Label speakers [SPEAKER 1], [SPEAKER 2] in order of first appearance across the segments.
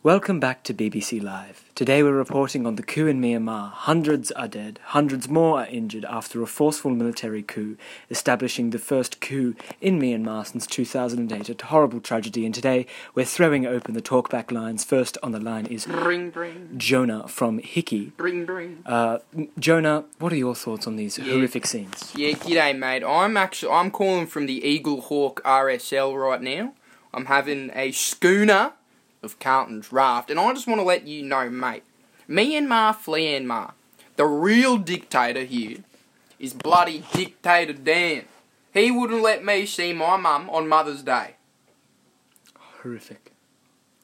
[SPEAKER 1] Welcome back to BBC Live. Today we're reporting on the coup in Myanmar. Hundreds are dead, hundreds more are injured after a forceful military coup, establishing the first coup in Myanmar since 2008, a horrible tragedy. And today we're throwing open the talkback lines. First on the line is
[SPEAKER 2] Bring, bring,
[SPEAKER 1] Jonah from Hickey.
[SPEAKER 2] bring, bring.
[SPEAKER 1] Uh, Jonah, what are your thoughts on these
[SPEAKER 2] Yeah.
[SPEAKER 1] horrific scenes?
[SPEAKER 2] Yeah, g'day, mate. I'm actually I'm calling from the Eagle Hawk RSL right now. I'm having a schooner of Carlton's raft, and I just want to let you know, mate. Myanmar, Myanmar, the real dictator here is bloody dictator Dan. He wouldn't let me see my mum on Mother's Day.
[SPEAKER 1] Horrific.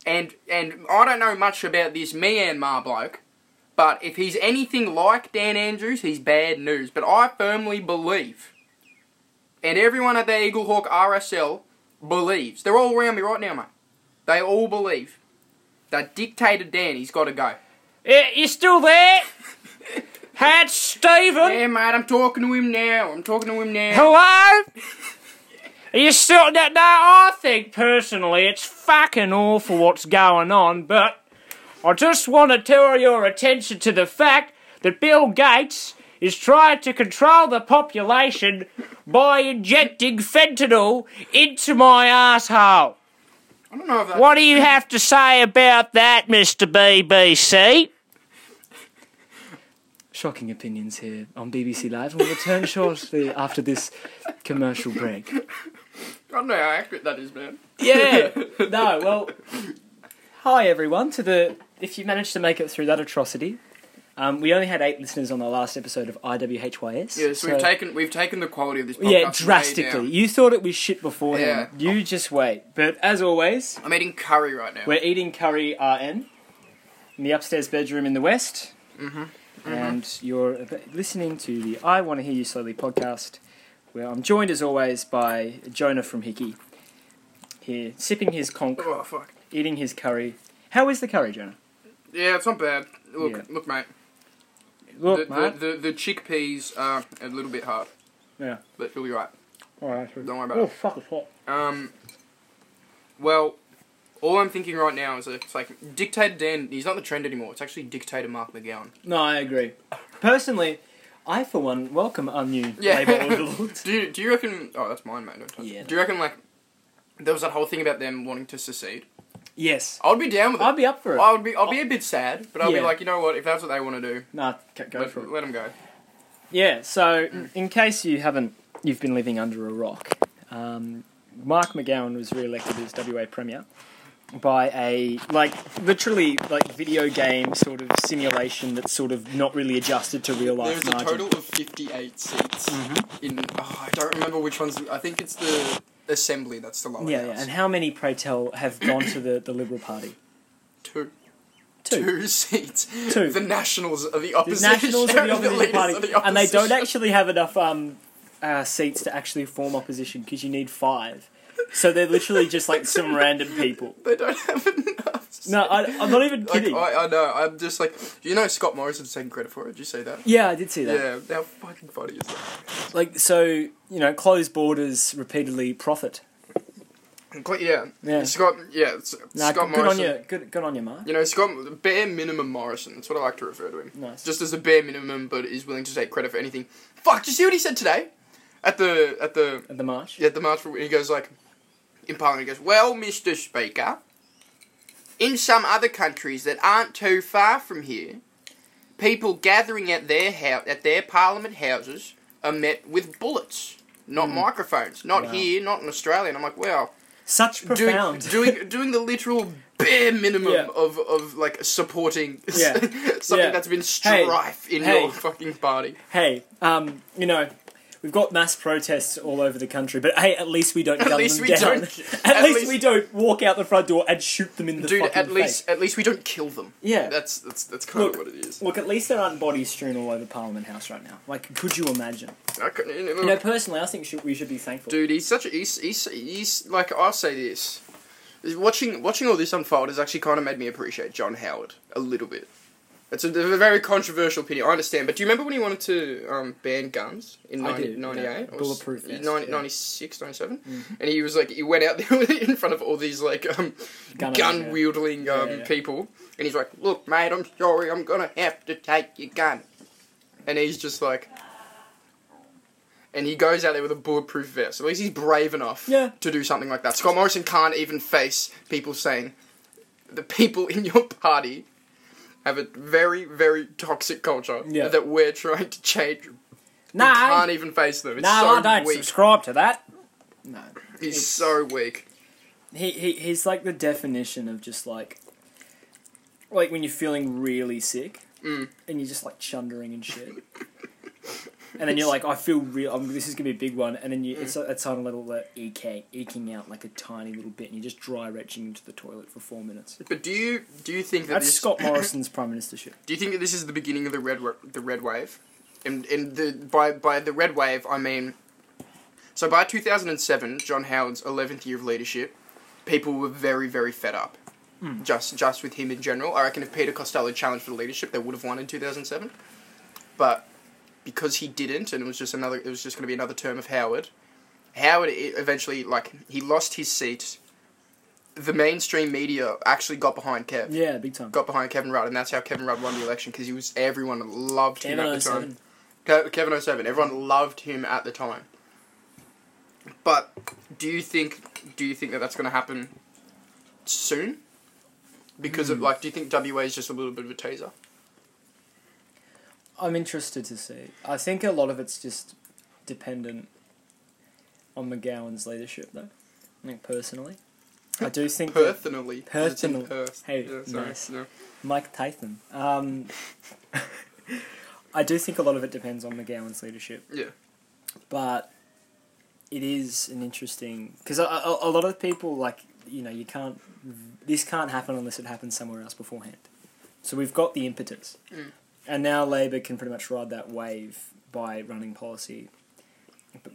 [SPEAKER 2] And and I don't know much about this Myanmar bloke, but if he's anything like Dan Andrews, he's bad news. But I firmly believe, and everyone at the Eagle Hawk RSL believes, they're all around me right now, mate. They all believe that dictator Dan, he's got to go.
[SPEAKER 1] you still there? Had Steven?
[SPEAKER 2] Yeah, mate, I'm talking to him now. I'm talking to him now.
[SPEAKER 1] Hello? Are you still now, now I think personally it's fucking awful what's going on, but I just want to draw your attention to the fact that Bill Gates is trying to control the population by injecting fentanyl into my asshole.
[SPEAKER 2] I don't know if that.
[SPEAKER 1] What do you have to say about that, Mr. BBC? Shocking opinions here on BBC Live. We'll return shortly after this commercial break.
[SPEAKER 2] I don't know how accurate that is, man.
[SPEAKER 1] Yeah. No, well. Hi, everyone, to the. If you managed to make it through that atrocity, um, we only had eight listeners on the last episode of IWHYS.
[SPEAKER 2] Yeah, so, we've
[SPEAKER 1] so-
[SPEAKER 2] taken we've taken the quality of this podcast.
[SPEAKER 1] Yeah,
[SPEAKER 2] way
[SPEAKER 1] drastically.
[SPEAKER 2] down.
[SPEAKER 1] You thought it was shit beforehand.
[SPEAKER 2] Yeah.
[SPEAKER 1] You just wait. But as always,
[SPEAKER 2] I'm eating curry right now.
[SPEAKER 1] We're eating curry RN in the upstairs bedroom in the West. Mm-hmm. And you're a bit- listening to the I Want to Hear You Slowly podcast, where I'm joined as always by Jonah from Hickey, here sipping his conch,
[SPEAKER 2] Oh fuck.
[SPEAKER 1] eating his curry. How is the curry, Jonah?
[SPEAKER 2] Yeah, it's not bad. Look,
[SPEAKER 1] Yeah.
[SPEAKER 2] look, mate.
[SPEAKER 1] Look,
[SPEAKER 2] the,
[SPEAKER 1] mate.
[SPEAKER 2] The, the the chickpeas are a little bit hard.
[SPEAKER 1] Yeah.
[SPEAKER 2] but you'll be right. Don't worry about
[SPEAKER 1] oh,
[SPEAKER 2] it.
[SPEAKER 1] fuck, it's hot.
[SPEAKER 2] Um, well, all I'm thinking right now is that it's like dictator Dan. He's not the trend anymore. It's actually dictator Mark McGowan.
[SPEAKER 1] No, I agree. Personally, I, for one, welcome our new
[SPEAKER 2] Yeah.
[SPEAKER 1] Labour overlords.
[SPEAKER 2] Do you, do you reckon? Oh, that's mine, mate. Don't touch it.
[SPEAKER 1] Yeah.
[SPEAKER 2] Do you reckon like there was that whole thing about them wanting to secede?
[SPEAKER 1] yes.
[SPEAKER 2] I would be down with it.
[SPEAKER 1] I'd be up for it.
[SPEAKER 2] I would be. I'd be a bit sad, but I'd
[SPEAKER 1] Yeah.
[SPEAKER 2] be like, you know what? If that's what they want to do,
[SPEAKER 1] Nah, c- go
[SPEAKER 2] let,
[SPEAKER 1] for it.
[SPEAKER 2] let them go.
[SPEAKER 1] Yeah, so in- in case you haven't, you've been living under a rock. Um, Mark McGowan was re-elected as WA Premier by a like literally like video game sort of simulation that's sort of not really adjusted to real life
[SPEAKER 2] There's
[SPEAKER 1] margin. Mm-hmm.
[SPEAKER 2] a total of 58 seats in. Oh, I don't remember which ones. I think it's the Assembly that's the lowest.
[SPEAKER 1] yeah, yeah, and how many, pray tell, have gone to the, the Liberal Party?
[SPEAKER 2] two,
[SPEAKER 1] Two.
[SPEAKER 2] two seats.
[SPEAKER 1] Two.
[SPEAKER 2] The Nationals are the
[SPEAKER 1] The
[SPEAKER 2] opposition.
[SPEAKER 1] Nationals and the
[SPEAKER 2] the
[SPEAKER 1] Opposition
[SPEAKER 2] leaders
[SPEAKER 1] Party,
[SPEAKER 2] of the
[SPEAKER 1] and they don't
[SPEAKER 2] opposition.
[SPEAKER 1] actually have enough um, uh, seats to actually form opposition because you need five. So they're literally just like some random people.
[SPEAKER 2] They don't have enough.
[SPEAKER 1] No, I, I'm not even
[SPEAKER 2] Like,
[SPEAKER 1] kidding.
[SPEAKER 2] I, I know. I'm just like you know. Scott Morrison's taking credit for it. Did you see that?
[SPEAKER 1] Yeah, I did see that.
[SPEAKER 2] Yeah. How fucking funny is that?
[SPEAKER 1] Like, so, you know, closed borders repeatedly profit.
[SPEAKER 2] And Cle- Yeah.
[SPEAKER 1] Yeah.
[SPEAKER 2] Scott. Yeah. it's-
[SPEAKER 1] Nah,
[SPEAKER 2] Scott
[SPEAKER 1] good,
[SPEAKER 2] Morrison.
[SPEAKER 1] on you. Good, good on you, Mark.
[SPEAKER 2] You know, Scott, bare minimum Morrison. That's what I like to refer to him.
[SPEAKER 1] Nice.
[SPEAKER 2] Just as a bare minimum, but is willing to take credit for anything. Fuck! Do you see what he said today? At the at the
[SPEAKER 1] At the march.
[SPEAKER 2] yeah, at the march for he goes like in Parliament. He goes, "Well, Mr. Speaker, in some other countries that aren't too far from here, people gathering at their house at their Parliament houses are met with bullets." Not microphones, not
[SPEAKER 1] Hmm. Wow.
[SPEAKER 2] here, not in Australia. And I'm like, wow,
[SPEAKER 1] Such
[SPEAKER 2] doing,
[SPEAKER 1] profound.
[SPEAKER 2] doing doing the literal bare minimum
[SPEAKER 1] Yeah.
[SPEAKER 2] of, of like supporting
[SPEAKER 1] Yeah.
[SPEAKER 2] something
[SPEAKER 1] Yeah.
[SPEAKER 2] that's been
[SPEAKER 1] Hey.
[SPEAKER 2] strife in
[SPEAKER 1] Hey.
[SPEAKER 2] your fucking party.
[SPEAKER 1] hey, um, you know, we've got mass protests all over the country, but hey, at least we don't gun
[SPEAKER 2] least
[SPEAKER 1] them
[SPEAKER 2] we
[SPEAKER 1] down.
[SPEAKER 2] don't-
[SPEAKER 1] at,
[SPEAKER 2] at
[SPEAKER 1] least,
[SPEAKER 2] least-
[SPEAKER 1] we don't walk out the front door and shoot them in the
[SPEAKER 2] Dude,
[SPEAKER 1] fucking
[SPEAKER 2] at least
[SPEAKER 1] face.
[SPEAKER 2] at least we don't kill them.
[SPEAKER 1] Yeah.
[SPEAKER 2] That's that's that's kind
[SPEAKER 1] Look.
[SPEAKER 2] of what it is.
[SPEAKER 1] Look, at least there aren't bodies strewn all over Parliament House right now. Like, could you imagine?
[SPEAKER 2] I couldn't, you know,
[SPEAKER 1] You know, personally, I think should, we should be thankful.
[SPEAKER 2] dude, he's such a he's, he's he's like I'll say this. Watching watching all this unfold has actually kind of made me appreciate John Howard a little bit. It's a, a very controversial opinion. I understand, but do you remember when he wanted to um, ban guns in
[SPEAKER 1] I
[SPEAKER 2] 90,
[SPEAKER 1] do,
[SPEAKER 2] 98?
[SPEAKER 1] yeah.
[SPEAKER 2] Or
[SPEAKER 1] Bulletproof
[SPEAKER 2] s-
[SPEAKER 1] vests,
[SPEAKER 2] 90
[SPEAKER 1] yeah. Mm-hmm.
[SPEAKER 2] 96, 97? And he was like, he went out there in front of all these like um,
[SPEAKER 1] Gun
[SPEAKER 2] gun
[SPEAKER 1] owners,
[SPEAKER 2] wielding um,
[SPEAKER 1] Yeah, yeah.
[SPEAKER 2] people, and he's like, "Look, mate, I'm sorry, I'm gonna have to take your gun," and he's just like. And he goes out there with a bulletproof vest. At least he's brave enough
[SPEAKER 1] Yeah.
[SPEAKER 2] to do something like that. Scott Morrison can't even face people saying, the people in your party have a very, very toxic culture
[SPEAKER 1] Yeah.
[SPEAKER 2] that we're trying to change.
[SPEAKER 3] No,
[SPEAKER 2] You can't even face them. It's
[SPEAKER 3] no,
[SPEAKER 2] so
[SPEAKER 3] I don't
[SPEAKER 2] weak.
[SPEAKER 3] subscribe to that.
[SPEAKER 1] No.
[SPEAKER 2] He's so weak.
[SPEAKER 1] He, he he's like the definition of just like like when you're feeling really sick
[SPEAKER 2] Mm.
[SPEAKER 1] and you're just like chundering and shit. And then you're like, I feel real. Um, this is gonna be a big one. And then you, it's
[SPEAKER 2] Mm.
[SPEAKER 1] a, it's on a little uh, ek eking out like a tiny little bit, and you're just dry retching into the toilet for four minutes.
[SPEAKER 2] But do you do you think that
[SPEAKER 1] That's
[SPEAKER 2] this
[SPEAKER 1] Scott Morrison's prime ministership.
[SPEAKER 2] do you think that this is the beginning of the red wa- the red wave? And and the by by the red wave I mean so by 2007, John Howard's 11th year of leadership, people were very very fed up. Just just with him in general. I reckon if Peter Costello challenged for leadership, they would have won in 2007. But because he didn't and it was just another it was just going to be another term of Howard. Howard e- eventually like he lost his seat. The mainstream media actually got behind Kev
[SPEAKER 1] Yeah, big time.
[SPEAKER 2] got behind Kevin Rudd, and that's how Kevin Rudd won the election because he was everyone loved him
[SPEAKER 1] Kevin
[SPEAKER 2] at the
[SPEAKER 1] 07.
[SPEAKER 2] time. Ke- Kevin 07, everyone loved him at the time. But do you think do you think that that's going to happen soon? Because
[SPEAKER 1] Hmm.
[SPEAKER 2] of like, do you think WA is just a little bit of a teaser?
[SPEAKER 1] I'm interested to see. I think a lot of it's just dependent on McGowan's leadership, though. Like personally, I do think that
[SPEAKER 2] Personally,
[SPEAKER 1] Personal. Hey, nice. Mike Tyson. Um, I do think a lot of it depends on McGowan's leadership,
[SPEAKER 2] Yeah,
[SPEAKER 1] but it is an interesting because a, a, a lot of people like you know you can't this can't happen unless it happens somewhere else beforehand. So we've got the impetus,
[SPEAKER 2] Mm.
[SPEAKER 1] and now Labor can pretty much ride that wave by running policy.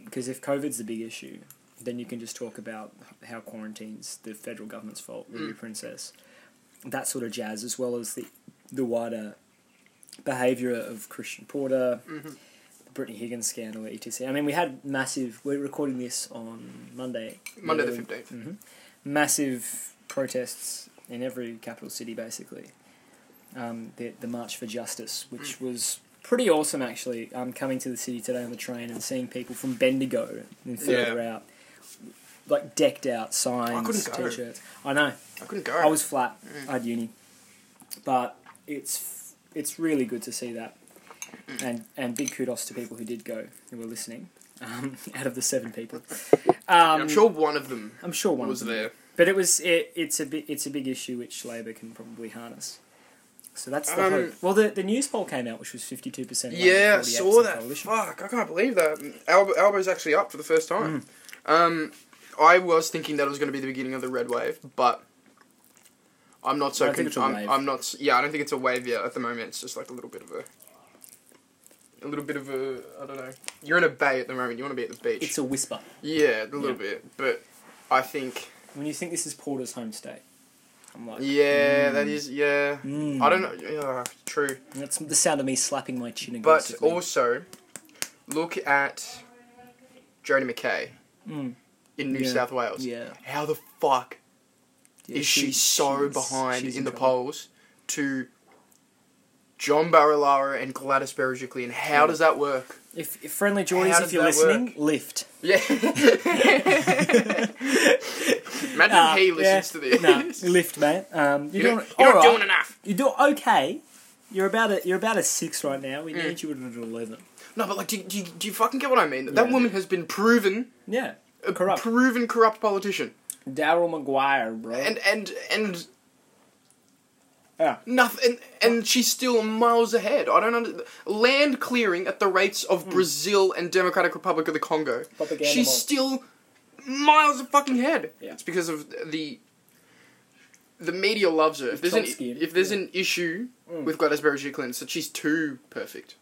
[SPEAKER 1] Because if COVID's the big issue, then you can just talk about how quarantines the federal government's fault, Ruby
[SPEAKER 2] Mm.
[SPEAKER 1] Princess, that sort of jazz, as well as the the wider behaviour of Christian Porter,
[SPEAKER 2] Mhm.
[SPEAKER 1] the Brittany Higgins scandal, etc. I mean, we had massive. We're recording this on Monday.
[SPEAKER 2] Monday the
[SPEAKER 1] Yeah
[SPEAKER 2] fifteenth.
[SPEAKER 1] hmm Massive protests in every capital city, basically. Um, the, the March for Justice, which
[SPEAKER 2] Mm.
[SPEAKER 1] was pretty awesome, actually. Um, coming to the city today on the train and seeing people from Bendigo and further out, like decked out signs,
[SPEAKER 2] couldn't go.
[SPEAKER 1] t-shirts. I know.
[SPEAKER 2] I couldn't go.
[SPEAKER 1] I was flat.
[SPEAKER 2] Mm.
[SPEAKER 1] I had uni, but it's f- it's really good to see that, and and big kudos to people who did go who were listening. Um, out of the seven people, um,
[SPEAKER 2] I'm sure one of them
[SPEAKER 1] I'm sure one
[SPEAKER 2] was
[SPEAKER 1] of them
[SPEAKER 2] there.
[SPEAKER 1] but it was it, it's a bit it's a big issue which Labor can probably harness. So that's the
[SPEAKER 2] Um,
[SPEAKER 1] hope. Well, the, the news poll came out, which was fifty two percent.
[SPEAKER 2] Yeah, I saw that. Fuck, I can't believe that. Elbow, elbow's actually up for the first time.
[SPEAKER 1] Hmm.
[SPEAKER 2] Um, I was thinking that it was going to be the beginning of the red wave, but I'm not so.
[SPEAKER 1] I don't think it's a
[SPEAKER 2] I'm,
[SPEAKER 1] wave.
[SPEAKER 2] I'm not. s- Yeah, I don't think it's a wave yet. At the moment, it's just like a little bit of a, a little bit of a. I don't know. You're in a bay at the moment. You want to be at the beach.
[SPEAKER 1] It's a whisper.
[SPEAKER 2] yeah, a little
[SPEAKER 1] Yeah.
[SPEAKER 2] bit, but I think.
[SPEAKER 1] When you think this is Porter's home state, I'm like, hmm.
[SPEAKER 2] Yeah, that is. Yeah,
[SPEAKER 1] Mm.
[SPEAKER 2] I don't know. Yeah, true.
[SPEAKER 1] That's the sound of me slapping my chin.
[SPEAKER 2] But
[SPEAKER 1] aggressively.
[SPEAKER 2] also, look at Jodie McKay
[SPEAKER 1] Mm.
[SPEAKER 2] in New
[SPEAKER 1] Yeah.
[SPEAKER 2] South Wales.
[SPEAKER 1] yeah,
[SPEAKER 2] How the fuck
[SPEAKER 1] Yeah,
[SPEAKER 2] is she, so
[SPEAKER 1] she's-
[SPEAKER 2] behind
[SPEAKER 1] she's
[SPEAKER 2] in the
[SPEAKER 1] trouble.
[SPEAKER 2] polls to John Barilaro and Gladys Berejiklian? How
[SPEAKER 1] Yeah.
[SPEAKER 2] does that work?
[SPEAKER 1] If, if friendly
[SPEAKER 2] How
[SPEAKER 1] Geordies,
[SPEAKER 2] does
[SPEAKER 1] if you're
[SPEAKER 2] that
[SPEAKER 1] listening, lift.
[SPEAKER 2] Yeah. Imagine
[SPEAKER 1] Uh,
[SPEAKER 2] he listens
[SPEAKER 1] yeah.
[SPEAKER 2] to this.
[SPEAKER 1] No, lift, mate. Um, you're,
[SPEAKER 2] You're,
[SPEAKER 1] doing,
[SPEAKER 2] not, you're not
[SPEAKER 1] alright.
[SPEAKER 2] doing enough.
[SPEAKER 1] You're doing okay. You're about a you're about a six right now. We
[SPEAKER 2] Mm.
[SPEAKER 1] need you at an eleven.
[SPEAKER 2] No, but like, do, do, do you fucking get what I mean? That,
[SPEAKER 1] Yeah.
[SPEAKER 2] woman has been proven
[SPEAKER 1] Yeah,
[SPEAKER 2] a
[SPEAKER 1] Corrupt.
[SPEAKER 2] proven corrupt politician,
[SPEAKER 1] Daryl Maguire, bro.
[SPEAKER 2] and and and
[SPEAKER 1] yeah.
[SPEAKER 2] nothing, and, and she's still miles ahead. I don't under, land clearing at the rates of Brazil and Democratic Republic of the Congo.
[SPEAKER 1] Propaganda
[SPEAKER 2] She's
[SPEAKER 1] mob.
[SPEAKER 2] still miles of fucking head.
[SPEAKER 1] Yeah.
[SPEAKER 2] It's because of the the media loves her. If there's an
[SPEAKER 1] Chomsky,
[SPEAKER 2] if there's
[SPEAKER 1] yeah.
[SPEAKER 2] an issue
[SPEAKER 1] Mm.
[SPEAKER 2] with Gladys Berejiklian, it's that she's too perfect.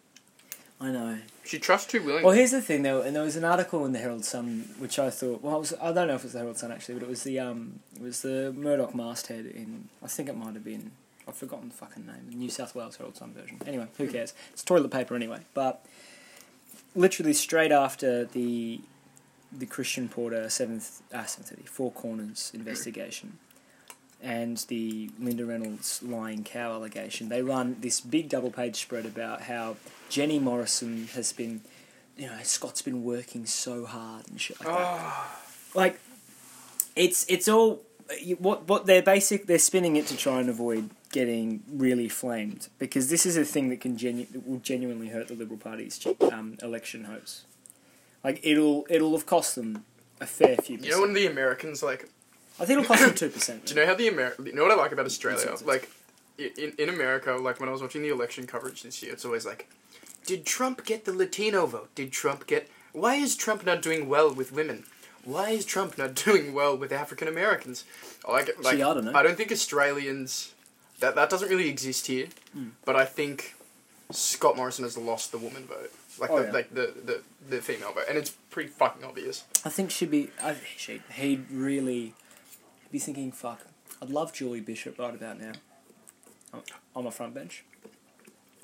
[SPEAKER 1] I know.
[SPEAKER 2] She trusts too willingly.
[SPEAKER 1] Well, here's the thing though, and there was an article in the Herald Sun which I thought, well, it was, I don't know if it was the Herald Sun actually, but it was the um, it was the Murdoch masthead in. I think it might have been. I've forgotten the fucking name. The New South Wales Herald Sun version. Anyway, who cares? It's toilet paper anyway. But literally straight after the the Christian Porter seventh ah, seventh thirty, Four Corners investigation and the Linda Reynolds lying cow allegation, they run this big double page spread about how Jenny Morrison has been you know, Scott's been working so hard and shit like
[SPEAKER 2] Oh,
[SPEAKER 1] that
[SPEAKER 2] Ah.
[SPEAKER 1] like it's it's all you- what what they're basic they're spinning it to try and avoid getting really flamed because this is a thing that can genu- that will genuinely hurt the Liberal Party's um, election hopes. Like it'll it'll have cost them a fair few.
[SPEAKER 2] You know
[SPEAKER 1] Percent.
[SPEAKER 2] when the Americans like
[SPEAKER 1] I think it'll cost them two percent.
[SPEAKER 2] Do you know how the America? You know what I like about Australia?
[SPEAKER 1] Consensus.
[SPEAKER 2] Like, i- in in America, like when I was watching the election coverage this year, it's always like, did Trump get the Latino vote? Did Trump get? Why is Trump not doing well with women? Why is Trump not doing well with African Americans? I Like, like
[SPEAKER 1] I don't know.
[SPEAKER 2] I don't think Australians. That that doesn't really exist here,
[SPEAKER 1] Hmm.
[SPEAKER 2] but I think Scott Morrison has lost the woman vote, like
[SPEAKER 1] Oh,
[SPEAKER 2] the
[SPEAKER 1] yeah.
[SPEAKER 2] like the, the the female vote, and it's pretty fucking obvious.
[SPEAKER 1] I think she'd be. I, she he'd really be thinking, "Fuck, I'd love Julie Bishop right about now." On- On my front bench,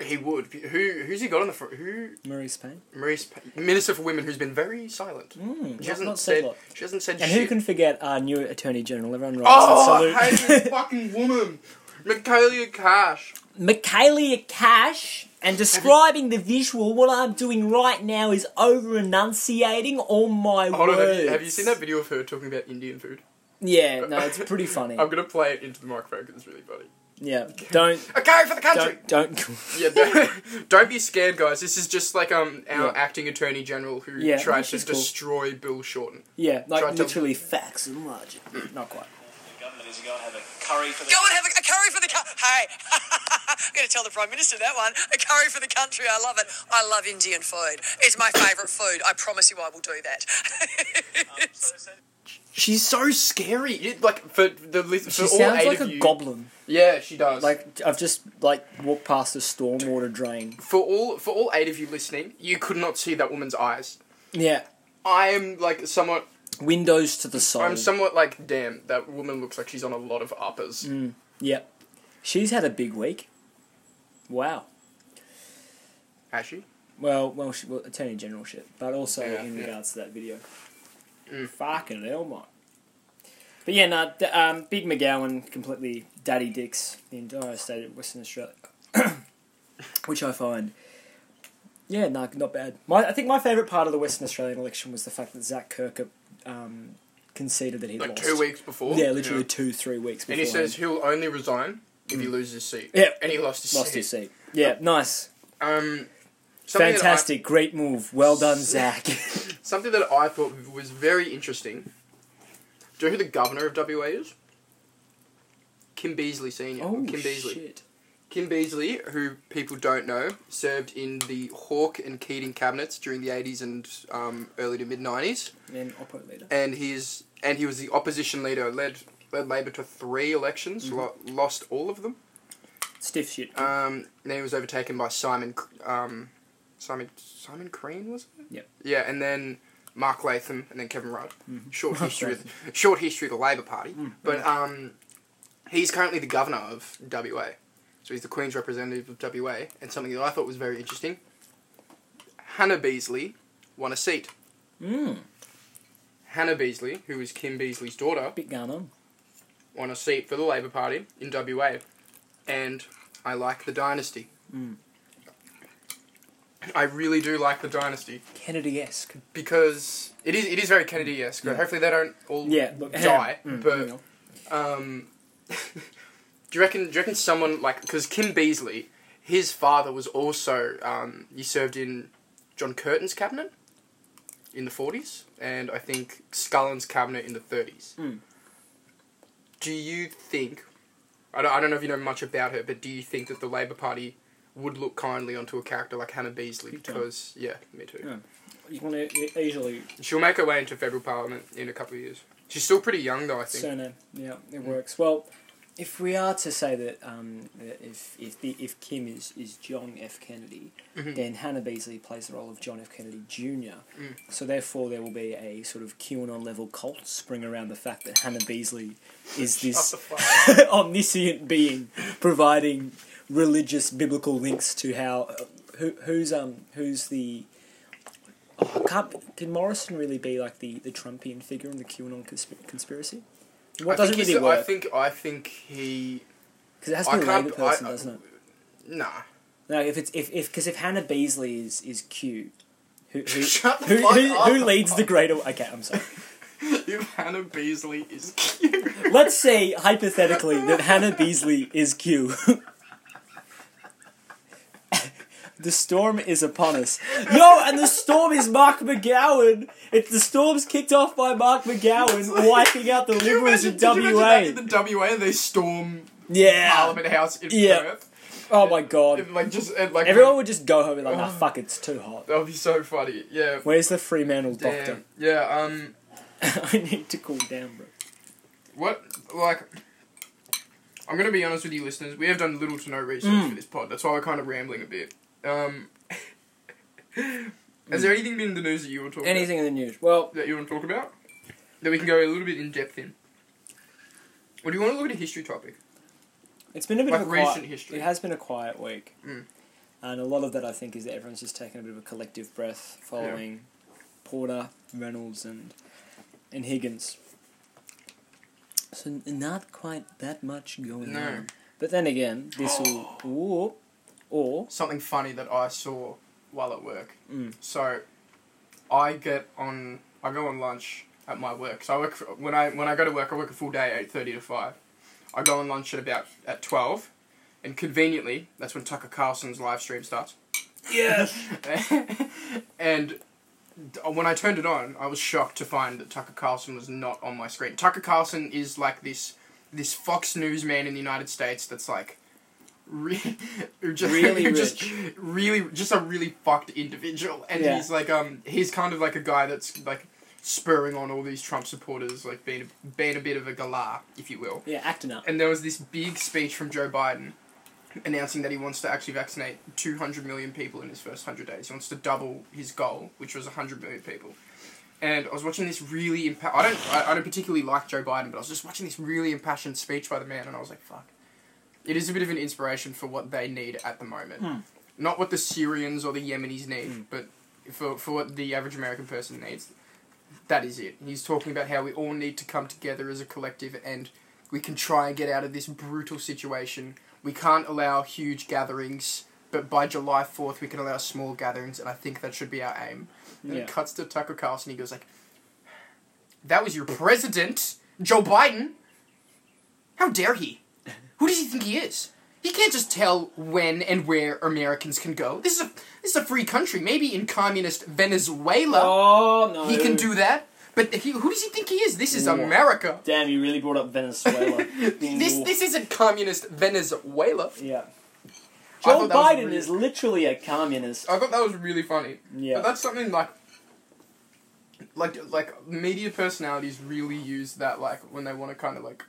[SPEAKER 2] He would. Who who's he got on the front? Who
[SPEAKER 1] Maurice Payne,
[SPEAKER 2] Maurice, Pa- Minister for Women, who's been very silent.
[SPEAKER 1] Mm,
[SPEAKER 2] she
[SPEAKER 1] not-
[SPEAKER 2] hasn't
[SPEAKER 1] not said
[SPEAKER 2] said.
[SPEAKER 1] lot.
[SPEAKER 2] She hasn't said.
[SPEAKER 1] and
[SPEAKER 2] shit.
[SPEAKER 1] who can forget our new Attorney General? Everyone rises
[SPEAKER 2] Oh,
[SPEAKER 1] and salute.
[SPEAKER 2] I hate this fucking woman, Michaela Cash.
[SPEAKER 1] Michaela Cash and describing the visual, what I'm doing right now is over enunciating all my
[SPEAKER 2] Hold on,
[SPEAKER 1] words.
[SPEAKER 2] have you, have you seen that video of her talking about Indian food?
[SPEAKER 1] Yeah, no, it's pretty funny.
[SPEAKER 2] I'm gonna play it into the microphone because it's really funny.
[SPEAKER 1] yeah, don't,
[SPEAKER 2] Okay, for the country.
[SPEAKER 1] don't, don't.
[SPEAKER 2] Yeah, don't, don't be scared, guys. This is just like um our
[SPEAKER 1] Yeah.
[SPEAKER 2] acting attorney general who
[SPEAKER 1] Yeah, no,
[SPEAKER 2] tried to
[SPEAKER 1] she's cool.
[SPEAKER 2] destroy Bill Shorten.
[SPEAKER 1] Yeah,
[SPEAKER 2] Try
[SPEAKER 1] like
[SPEAKER 2] to-
[SPEAKER 1] literally facts and logic. Not quite.
[SPEAKER 4] The government is going to have a curry for the.
[SPEAKER 5] Go and have a, a curry for the country. Hey, I'm going to tell the Prime Minister that one. A curry for the country. I love it. I love Indian food. It's my favourite food. I promise you I will do that.
[SPEAKER 4] Um,
[SPEAKER 2] She's so scary. It, like for the li- for
[SPEAKER 1] She
[SPEAKER 2] all
[SPEAKER 1] sounds
[SPEAKER 2] eight
[SPEAKER 1] like
[SPEAKER 2] of
[SPEAKER 1] a
[SPEAKER 2] you.
[SPEAKER 1] goblin.
[SPEAKER 2] Yeah, she does.
[SPEAKER 1] Like I've just like walked past a stormwater drain.
[SPEAKER 2] for all for all eight of you listening, you could not see that woman's eyes.
[SPEAKER 1] Yeah,
[SPEAKER 2] I am like somewhat.
[SPEAKER 1] windows to the soul.
[SPEAKER 2] I'm somewhat like, damn, that woman looks like she's on a lot of uppers.
[SPEAKER 1] Mm. yep, she's had a big week. Wow.
[SPEAKER 2] Has she?
[SPEAKER 1] Well, well, sh- well attorney general shit, but also
[SPEAKER 2] Yeah,
[SPEAKER 1] in
[SPEAKER 2] yeah. Mm.
[SPEAKER 1] regards to that video. Fucking hell, mate. But yeah, no, d- um, Big McGowan completely daddy dicks the entire state of Western Australia, which I find, yeah, no, not bad. My, I think my favourite part of the Western Australian election was the fact that Zach Kirkup um, conceded that he
[SPEAKER 2] Like
[SPEAKER 1] lost.
[SPEAKER 2] two weeks before.
[SPEAKER 1] Yeah, literally
[SPEAKER 2] Yeah.
[SPEAKER 1] two, three weeks.
[SPEAKER 2] And he
[SPEAKER 1] beforehand.
[SPEAKER 2] says he'll only resign if he loses his seat.
[SPEAKER 1] Yeah.
[SPEAKER 2] And he lost his
[SPEAKER 1] lost
[SPEAKER 2] seat.
[SPEAKER 1] his seat. Yeah, nice,
[SPEAKER 2] Um, something that I-
[SPEAKER 1] fantastic, great move, well done, Zach.
[SPEAKER 2] something that I thought was very interesting. Do you know who the governor of WA is? Kim Beazley Senior. or Kim Beazley.
[SPEAKER 1] Oh, shit.
[SPEAKER 2] Kim Beazley, who people don't know, served in the Hawke and Keating cabinets during the 80s and um, early to mid 90s,
[SPEAKER 1] And oppo leader.
[SPEAKER 2] and he is and he was the opposition leader, led led Labor to three elections, lo- lost all of them.
[SPEAKER 1] Stiff shit.
[SPEAKER 2] Um, and then he was overtaken by Simon C- um, Simon Simon Crean was it?
[SPEAKER 1] Yep.
[SPEAKER 2] Yeah, and then Mark Latham, and then Kevin Rudd. Short history, of, short history of the Labor Party, but um, he's currently the governor of WA, so he's the Queen's representative of WA. And something that I thought was very interesting: Hannah Beasley won a seat.
[SPEAKER 1] Mm.
[SPEAKER 2] Hannah Beasley, who was Kim Beasley's daughter,
[SPEAKER 1] Bit going on.
[SPEAKER 2] on a seat for the Labor Party in WA, and I like the dynasty.
[SPEAKER 1] Hmm.
[SPEAKER 2] I really do like the dynasty
[SPEAKER 1] Kennedy esque.
[SPEAKER 2] because it is it is very Kennedy-esque. but Hopefully they don't all
[SPEAKER 1] Yeah, look,
[SPEAKER 2] die.
[SPEAKER 1] mm, hang on.
[SPEAKER 2] but um, do you reckon? Do you reckon someone like because Kim Beazley, his father was also um, he served in John Curtin's cabinet in the forties, and I think Scullin's cabinet in the thirties.
[SPEAKER 1] Mm.
[SPEAKER 2] Do you think? I don't, I don't know if you know much about her, but do you think that the Labour Party would look kindly onto a character like Hannah Beazley?
[SPEAKER 1] Big time.
[SPEAKER 2] Because yeah, me too.
[SPEAKER 1] Yeah. You want to easily
[SPEAKER 2] She'll make her way into federal parliament in a couple of years. She's still pretty young, though. I think.
[SPEAKER 1] surname. Yeah, it works. Well, if we are to say that, um, that if if the, if Kim is, is John F Kennedy,
[SPEAKER 2] Mm-hmm.
[SPEAKER 1] then Hannah Beasley plays the role of John F Kennedy Jr. So therefore, there will be a sort of QAnon level Oh, cult spring around the fact that Hannah Beasley is this omniscient being providing religious biblical links to how uh, who, who's um who's the oh, can't, can Morrison really be like the, the Trumpian figure in the QAnon consp- conspiracy? What
[SPEAKER 2] I
[SPEAKER 1] doesn't
[SPEAKER 2] think he's
[SPEAKER 1] really
[SPEAKER 2] the- I
[SPEAKER 1] work
[SPEAKER 2] think I think he
[SPEAKER 1] because it has
[SPEAKER 2] I
[SPEAKER 1] to be a
[SPEAKER 2] can't-
[SPEAKER 1] Labour
[SPEAKER 2] I-
[SPEAKER 1] person,
[SPEAKER 2] I-
[SPEAKER 1] doesn't it?
[SPEAKER 2] nah.
[SPEAKER 1] No, if it's if if because if Hannah Beasley is is Q, who who
[SPEAKER 2] Shut the
[SPEAKER 1] who,
[SPEAKER 2] fuck
[SPEAKER 1] who,
[SPEAKER 2] up.
[SPEAKER 1] who leads the greater? Okay, I'm sorry.
[SPEAKER 2] If Hannah Beasley is cute,
[SPEAKER 1] Let's say hypothetically that Hannah Beasley is Q. the storm is upon us. Yo, and the storm is Mark McGowan. It's the storm's kicked off by Mark McGowan, wiping out the
[SPEAKER 2] Can you
[SPEAKER 1] Liberals
[SPEAKER 2] imagine,
[SPEAKER 1] in
[SPEAKER 2] did you imagine
[SPEAKER 1] WA.
[SPEAKER 2] that in the WA they storm
[SPEAKER 1] Yeah.
[SPEAKER 2] Parliament House in
[SPEAKER 1] Yeah.
[SPEAKER 2] Perth?
[SPEAKER 1] Oh my god.
[SPEAKER 2] And, like just and, like
[SPEAKER 1] Everyone would just go home and like, nah, fuck, it's too hot.
[SPEAKER 2] That would be so funny. Yeah.
[SPEAKER 1] Where's the Fremantle doctor?
[SPEAKER 2] Damn. Yeah. Um.
[SPEAKER 1] I need to cool down, bro.
[SPEAKER 2] What like I'm gonna be honest with you listeners, we have done little to no research
[SPEAKER 1] Hmm.
[SPEAKER 2] for this pod, that's why we're kinda rambling a bit. Um Has there anything been in the news that you want to talk
[SPEAKER 1] Anything in the news? Well,
[SPEAKER 2] about that you want to talk about? That we can go a little bit in depth in. Or do you want to look at a history topic?
[SPEAKER 1] It's been a bit
[SPEAKER 2] Like
[SPEAKER 1] of a quiet,
[SPEAKER 2] recent history.
[SPEAKER 1] It has been a quiet week,
[SPEAKER 2] Mm.
[SPEAKER 1] and a lot of that I think is that everyone's just taken a bit of a collective breath following Porter, Reynolds, and and Higgins. So n- not quite that much going
[SPEAKER 2] No.
[SPEAKER 1] on. But then again, this will or, or
[SPEAKER 2] Something funny that I saw while at work.
[SPEAKER 1] Mm.
[SPEAKER 2] So I get on I go on lunch at my work. So I work for, when I when I go to work I work a full day, eight thirty to five. I go on lunch at about at twelve, and conveniently that's when Tucker Carlson's live stream starts. Yes. and d- uh, when I turned it on, I was shocked to find that Tucker Carlson was not on my screen. Tucker Carlson is like this this Fox News man in the United States that's like. Re- who just,
[SPEAKER 1] Really
[SPEAKER 2] who just really just a really fucked individual and
[SPEAKER 1] Yeah.
[SPEAKER 2] he's like um he's kind of like a guy that's like spurring on all these Trump supporters, like being being a bit of a galah, if you will.
[SPEAKER 1] yeah, acting up.
[SPEAKER 2] And there was this big speech from Joe Biden announcing that he wants to actually vaccinate 200 million people in his first 100 days. He wants to double his goal, which was 100 million people. And I was watching this really impa- I don't I, I don't particularly like Joe Biden, but I was just watching this really impassioned speech by the man and I was like, fuck. It is a bit of an inspiration for what they need at the moment. Not what the Syrians or the Yemenis need, but for, for what the average American person needs. That is it. He's talking about how we all need to come together as a collective and we can try and get out of this brutal situation. We can't allow huge gatherings, but by July 4th, we can allow small gatherings, and I think that should be our aim. And
[SPEAKER 1] Yeah.
[SPEAKER 2] it cuts to Tucker Carlson, he goes like, That was your president, Joe Biden? How dare he? Who does he think he is? He can't just tell when and where Americans can go. This is a this is a free country. Maybe in communist Venezuela
[SPEAKER 1] Oh no!
[SPEAKER 2] he can do that. But he, who does he think he is? This is
[SPEAKER 1] Ooh.
[SPEAKER 2] America.
[SPEAKER 1] Damn, you really brought up Venezuela.
[SPEAKER 2] This this isn't communist Venezuela.
[SPEAKER 1] yeah.
[SPEAKER 2] I
[SPEAKER 1] Joe
[SPEAKER 2] thought that was
[SPEAKER 1] Biden
[SPEAKER 2] really-
[SPEAKER 1] is literally a communist.
[SPEAKER 2] I thought that was really funny.
[SPEAKER 1] Yeah.
[SPEAKER 2] But that's something like like like media personalities really use that like when they want to kind of like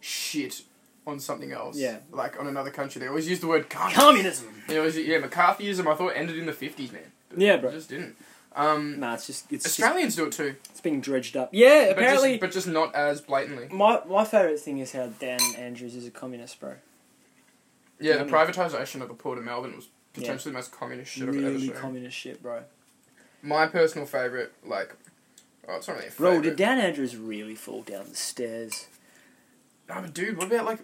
[SPEAKER 2] shit on something else.
[SPEAKER 1] Yeah.
[SPEAKER 2] Like on another country. They always use the word communist.
[SPEAKER 1] Communism.
[SPEAKER 2] You know, yeah, McCarthyism I thought ended in the fifties, man. But
[SPEAKER 1] Yeah,
[SPEAKER 2] it
[SPEAKER 1] bro.
[SPEAKER 2] just didn't. Um
[SPEAKER 1] Nah, it's just it's just
[SPEAKER 2] Australians do it too.
[SPEAKER 1] It's being dredged up. Yeah,
[SPEAKER 2] But just,
[SPEAKER 1] apparently.
[SPEAKER 2] but just not as blatantly.
[SPEAKER 1] my my favorite thing is how Dan Andrews is a communist, bro.
[SPEAKER 2] Yeah, the
[SPEAKER 1] Yeah.
[SPEAKER 2] privatisation of the Port of Melbourne was
[SPEAKER 1] Yeah.
[SPEAKER 2] potentially the most communist shit I've ever
[SPEAKER 1] really
[SPEAKER 2] seen.
[SPEAKER 1] communist shit, bro.
[SPEAKER 2] My personal favourite, like, oh, it's not really a
[SPEAKER 1] Bro,
[SPEAKER 2] favourite.
[SPEAKER 1] did Dan Andrews really fall down the stairs?
[SPEAKER 2] No, but dude, what about like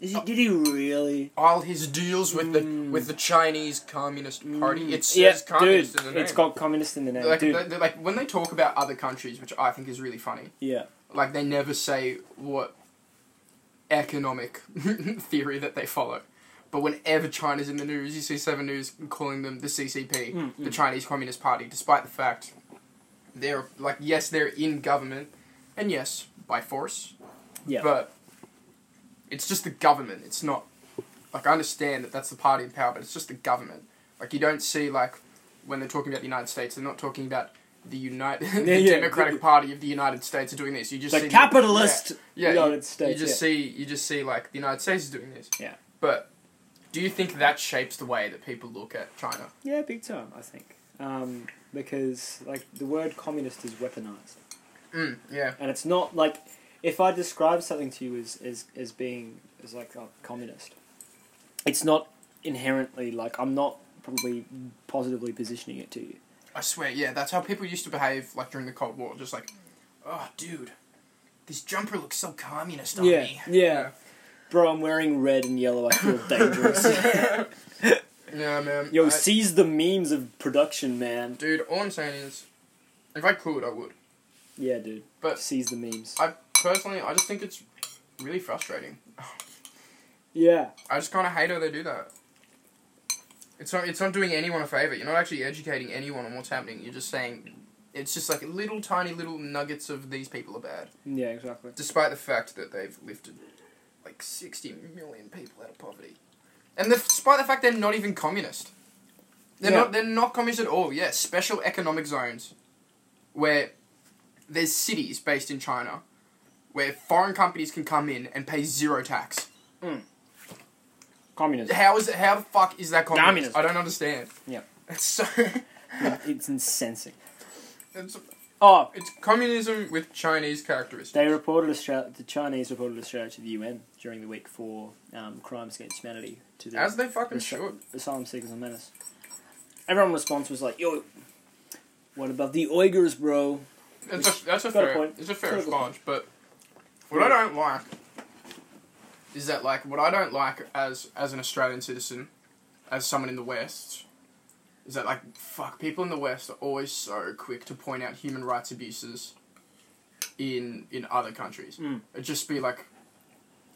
[SPEAKER 1] Is
[SPEAKER 2] Oh.
[SPEAKER 1] he, did he really?
[SPEAKER 2] all his deals with the
[SPEAKER 1] Mm.
[SPEAKER 2] with the Chinese Communist Party? It says
[SPEAKER 1] Yeah,
[SPEAKER 2] communist
[SPEAKER 1] dude,
[SPEAKER 2] in the name.
[SPEAKER 1] it's got communist in the name,
[SPEAKER 2] like,
[SPEAKER 1] dude.
[SPEAKER 2] they- they- like when they talk about other countries, which I think is really funny.
[SPEAKER 1] yeah,
[SPEAKER 2] Like they never say what economic theory that they follow. But whenever China's in the news, you see Seven News calling them the CCP,
[SPEAKER 1] Mm,
[SPEAKER 2] the Chinese Communist Party, despite the fact they're like yes, they're in government, and yes, by force,
[SPEAKER 1] yeah.
[SPEAKER 2] but it's just the government. It's not like I understand that that's the party in power, but it's just the government. Like you don't see like when they're talking about the United States, they're not talking about the United
[SPEAKER 1] Yeah,
[SPEAKER 2] the
[SPEAKER 1] yeah,
[SPEAKER 2] Democratic
[SPEAKER 1] the-
[SPEAKER 2] Party of the United States are doing this. You just see
[SPEAKER 1] the
[SPEAKER 2] the-
[SPEAKER 1] capitalist
[SPEAKER 2] yeah, yeah,
[SPEAKER 1] United
[SPEAKER 2] you,
[SPEAKER 1] States.
[SPEAKER 2] You just
[SPEAKER 1] yeah.
[SPEAKER 2] see you just see like the United States is doing this.
[SPEAKER 1] Yeah.
[SPEAKER 2] But do you think that shapes the way that people look at China?
[SPEAKER 1] yeah, big time, I think. Um, because like the word communist is weaponized.
[SPEAKER 2] Mm, yeah.
[SPEAKER 1] and it's not like if I describe something to you as as, as being as like a communist. It's not inherently like I'm not probably positively positioning it to you.
[SPEAKER 2] I swear, yeah, that's how people used to behave like during the Cold War. Just like, oh, dude, this jumper looks so communist on
[SPEAKER 1] Yeah,
[SPEAKER 2] me.
[SPEAKER 1] yeah. Bro, I'm wearing red and yellow. I feel dangerous.
[SPEAKER 2] Yeah, man.
[SPEAKER 1] Yo,
[SPEAKER 2] I-
[SPEAKER 1] seize the memes of production, man.
[SPEAKER 2] dude, all I'm saying is, if I could, I would.
[SPEAKER 1] Yeah, dude.
[SPEAKER 2] But-
[SPEAKER 1] seize the memes.
[SPEAKER 2] I personally, I just think it's really frustrating.
[SPEAKER 1] Yeah,
[SPEAKER 2] I just kind of hate how they do that. It's not. It's not doing anyone a favor. You're not actually educating anyone on what's happening. You're just saying. It's just like little tiny little nuggets of these people are bad,
[SPEAKER 1] yeah, exactly.
[SPEAKER 2] despite the fact that they've lifted like sixty million people out of poverty, and the, despite the fact they're not even communist. They're
[SPEAKER 1] Yeah.
[SPEAKER 2] not. They're not communist at all. Yeah, special economic zones, where there's cities based in China, where foreign companies can come in and pay zero tax.
[SPEAKER 1] Communism.
[SPEAKER 2] How is it? How the fuck is that communist?
[SPEAKER 1] Communism.
[SPEAKER 2] I don't understand.
[SPEAKER 1] Yeah.
[SPEAKER 2] It's so.
[SPEAKER 1] it's incensing.
[SPEAKER 2] It's,
[SPEAKER 1] Oh,
[SPEAKER 2] it's communism with Chinese characteristics.
[SPEAKER 1] They reported Australia, the Chinese reported Australia to the UN during the week for um, crimes against humanity to the
[SPEAKER 2] As they fucking
[SPEAKER 1] Asy-
[SPEAKER 2] should.
[SPEAKER 1] asylum seekers and menace. Everyone's response was like, "Yo, what about the Uyghurs, bro?"
[SPEAKER 2] It's a, that's a
[SPEAKER 1] Got a
[SPEAKER 2] fair.
[SPEAKER 1] point.
[SPEAKER 2] It's a fair
[SPEAKER 1] Got a good
[SPEAKER 2] response, but what I don't like is that like what I don't like as as an Australian citizen, as someone in the West, is that like fuck people in the West are always so quick to point out human rights abuses in in other countries.
[SPEAKER 1] Mm.
[SPEAKER 2] It'd just be like,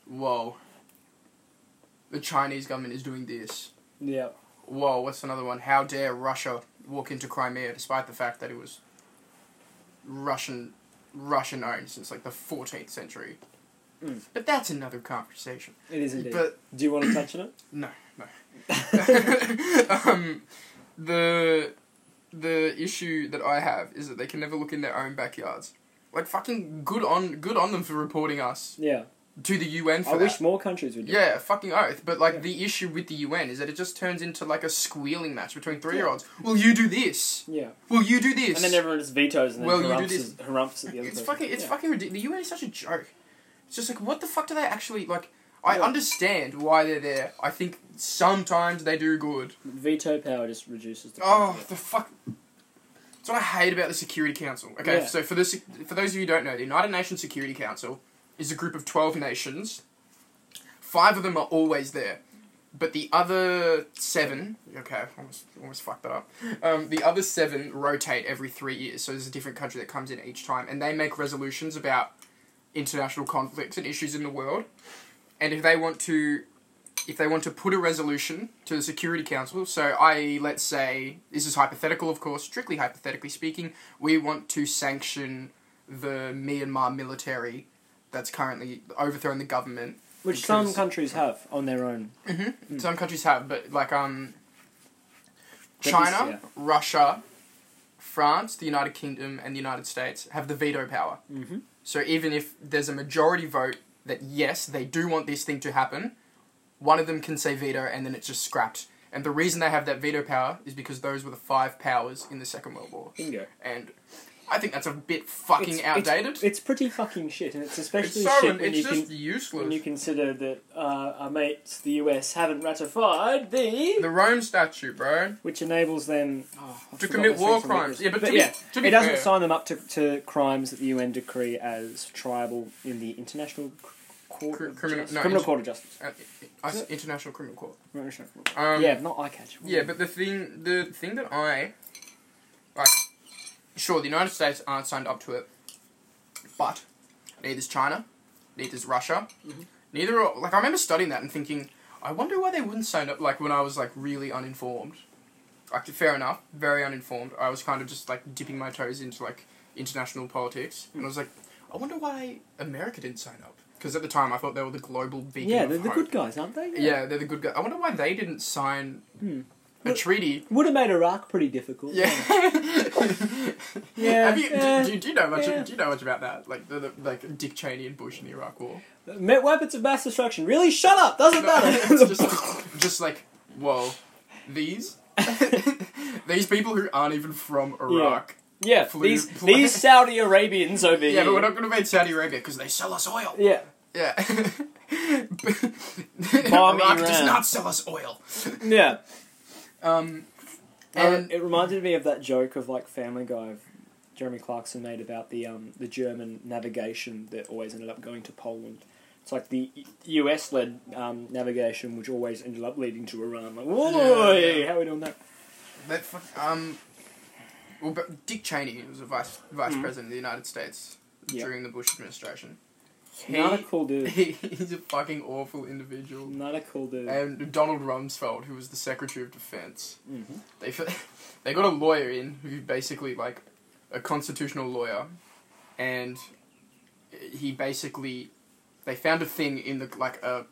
[SPEAKER 2] whoa. The Chinese government is doing this.
[SPEAKER 1] Yeah,
[SPEAKER 2] Whoa, what's another one? How dare Russia walk into Crimea despite the fact that it was Russian Russian owned since like the 14th century.
[SPEAKER 1] Mm.
[SPEAKER 2] But that's another conversation.
[SPEAKER 1] it is indeed.
[SPEAKER 2] But
[SPEAKER 1] Do you want to touch on it?
[SPEAKER 2] no, no. um, the the issue that I have is that they can never look in their own backyards. Like fucking good on good on them for reporting us
[SPEAKER 1] Yeah,
[SPEAKER 2] to the UN for
[SPEAKER 1] I
[SPEAKER 2] that.
[SPEAKER 1] wish more countries would. do it.
[SPEAKER 2] Yeah, fucking oath. But like
[SPEAKER 1] Yeah.
[SPEAKER 2] the issue with the UN is that it just turns into like a squealing match between three year olds. Will you do this?
[SPEAKER 1] yeah.
[SPEAKER 2] Will you do this?
[SPEAKER 1] And then everyone just vetoes and then
[SPEAKER 2] Well, you do
[SPEAKER 1] harumphs,
[SPEAKER 2] this-
[SPEAKER 1] harumphs at the other
[SPEAKER 2] it's
[SPEAKER 1] person.
[SPEAKER 2] fucking it's
[SPEAKER 1] Yeah.
[SPEAKER 2] fucking ridiculous. The UN is such a joke. It's just like what the fuck do they actually like? I
[SPEAKER 1] Yeah.
[SPEAKER 2] understand why they're there. I think sometimes they do good.
[SPEAKER 1] veto power just reduces the.
[SPEAKER 2] Oh,
[SPEAKER 1] conflict.
[SPEAKER 2] the fuck. That's what I hate about the Security Council. Okay,
[SPEAKER 1] Yeah.
[SPEAKER 2] so for this, for those of you who don't know, the United Nations Security Council is a group of twelve nations. Five of them are always there, but the other seven. Okay, almost almost fucked that up. Um, the other seven rotate every three years, so there's a different country that comes in each time, and they make resolutions about international conflicts and issues in the world. And if they want to if they want to put a resolution to the Security Council, so i.e., let's say, this is hypothetical, of course, strictly hypothetically speaking, we want to sanction the Myanmar military that's currently overthrowing the government.
[SPEAKER 1] which some
[SPEAKER 2] because-
[SPEAKER 1] countries have on their own.
[SPEAKER 2] Some countries have, but like um,
[SPEAKER 1] That is-
[SPEAKER 2] China,
[SPEAKER 1] yeah.
[SPEAKER 2] Russia, France, the United Kingdom, and the United States have the veto power.
[SPEAKER 1] Mhm.
[SPEAKER 2] So even if there's a majority vote that yes, they do want this thing to happen, one of them can say veto and then it's just scrapped. And the reason they have that veto power is because those were the five powers in the Second World War.
[SPEAKER 1] Bingo.
[SPEAKER 2] And I think that's a bit fucking outdated.
[SPEAKER 1] It's, pretty fucking shit, and it's
[SPEAKER 2] It's
[SPEAKER 1] especially
[SPEAKER 2] so
[SPEAKER 1] shit when
[SPEAKER 2] it's
[SPEAKER 1] you
[SPEAKER 2] just
[SPEAKER 1] can
[SPEAKER 2] useless.
[SPEAKER 1] when you consider that uh, our mates, the US, haven't ratified the
[SPEAKER 2] the Rome Statute, bro,
[SPEAKER 1] which enables them oh, I
[SPEAKER 2] to
[SPEAKER 1] forgot
[SPEAKER 2] commit
[SPEAKER 1] the
[SPEAKER 2] war
[SPEAKER 1] section of it
[SPEAKER 2] crimes.
[SPEAKER 1] is.
[SPEAKER 2] Yeah, but, to,
[SPEAKER 1] yeah,
[SPEAKER 2] be, to be
[SPEAKER 1] it doesn't
[SPEAKER 2] fair,
[SPEAKER 1] sign them up to, to crimes that the UN decree as triable in the International C- Court
[SPEAKER 2] Cri-
[SPEAKER 1] of
[SPEAKER 2] criminal-
[SPEAKER 1] Justice.
[SPEAKER 2] no,
[SPEAKER 1] criminal
[SPEAKER 2] it's-
[SPEAKER 1] Court of Justice.
[SPEAKER 2] Uh, I- I- International Criminal Court.
[SPEAKER 1] International Court.
[SPEAKER 2] Um,
[SPEAKER 1] yeah, not eye catch.
[SPEAKER 2] Yeah, but the thing, the thing that I like, sure, the United States aren't signed up to it, but neither is China, neither is Russia,
[SPEAKER 1] Mm-hmm.
[SPEAKER 2] neither are like I remember studying that and thinking, I wonder why they wouldn't sign up. Like when I was like really uninformed, like fair enough, very uninformed. I was kind of just like dipping my toes into like international politics, and I was like, I wonder why America didn't sign up because at the time I thought they were the global beacon.
[SPEAKER 1] yeah,
[SPEAKER 2] of
[SPEAKER 1] they're the
[SPEAKER 2] hope.
[SPEAKER 1] good guys, aren't they?
[SPEAKER 2] Yeah, they're the good guys. I wonder why they didn't sign
[SPEAKER 1] Hmm.
[SPEAKER 2] a treaty.
[SPEAKER 1] would have made Iraq pretty difficult.
[SPEAKER 2] Yeah.
[SPEAKER 1] Yeah,
[SPEAKER 2] Have you,
[SPEAKER 1] yeah,
[SPEAKER 2] do, do you know much?
[SPEAKER 1] yeah.
[SPEAKER 2] Do you know much about that? Like the, the like Dick Cheney and Bush in the Iraq War.
[SPEAKER 1] Met weapons of mass destruction. Really, shut up. Doesn't matter.
[SPEAKER 2] it's just, just like whoa, these these people who aren't even from Iraq.
[SPEAKER 1] yeah,
[SPEAKER 2] Flew-
[SPEAKER 1] these these Saudi Arabians over
[SPEAKER 2] Yeah,
[SPEAKER 1] here.
[SPEAKER 2] but we're not going to invade Saudi Arabia because they sell us oil.
[SPEAKER 1] yeah.
[SPEAKER 2] Yeah.
[SPEAKER 1] Bomb
[SPEAKER 2] Iraq does
[SPEAKER 1] Iran.
[SPEAKER 2] not sell us oil.
[SPEAKER 1] Yeah. Uh,
[SPEAKER 2] Um, and
[SPEAKER 1] it reminded me of that joke of like Family Guy, of Jeremy Clarkson made about the um, the German navigation that always ended up going to Poland. It's like the U.S. led um, navigation, which always ended up leading to Iran. Like, whoa,
[SPEAKER 2] Yeah, yeah.
[SPEAKER 1] how are we doing that?
[SPEAKER 2] that fuck- um, well, but Dick Cheney was the vice vice president of the United States
[SPEAKER 1] Mm. Yeah.
[SPEAKER 2] during the Bush administration.
[SPEAKER 1] Not a cool dude.
[SPEAKER 2] He, he's a fucking awful individual.
[SPEAKER 1] Not a cool dude.
[SPEAKER 2] And Donald Rumsfeld, who was the Secretary of Defense,
[SPEAKER 1] Mhm.
[SPEAKER 2] they f- they got a lawyer in who basically like a constitutional lawyer, and he basically they found a thing in the like a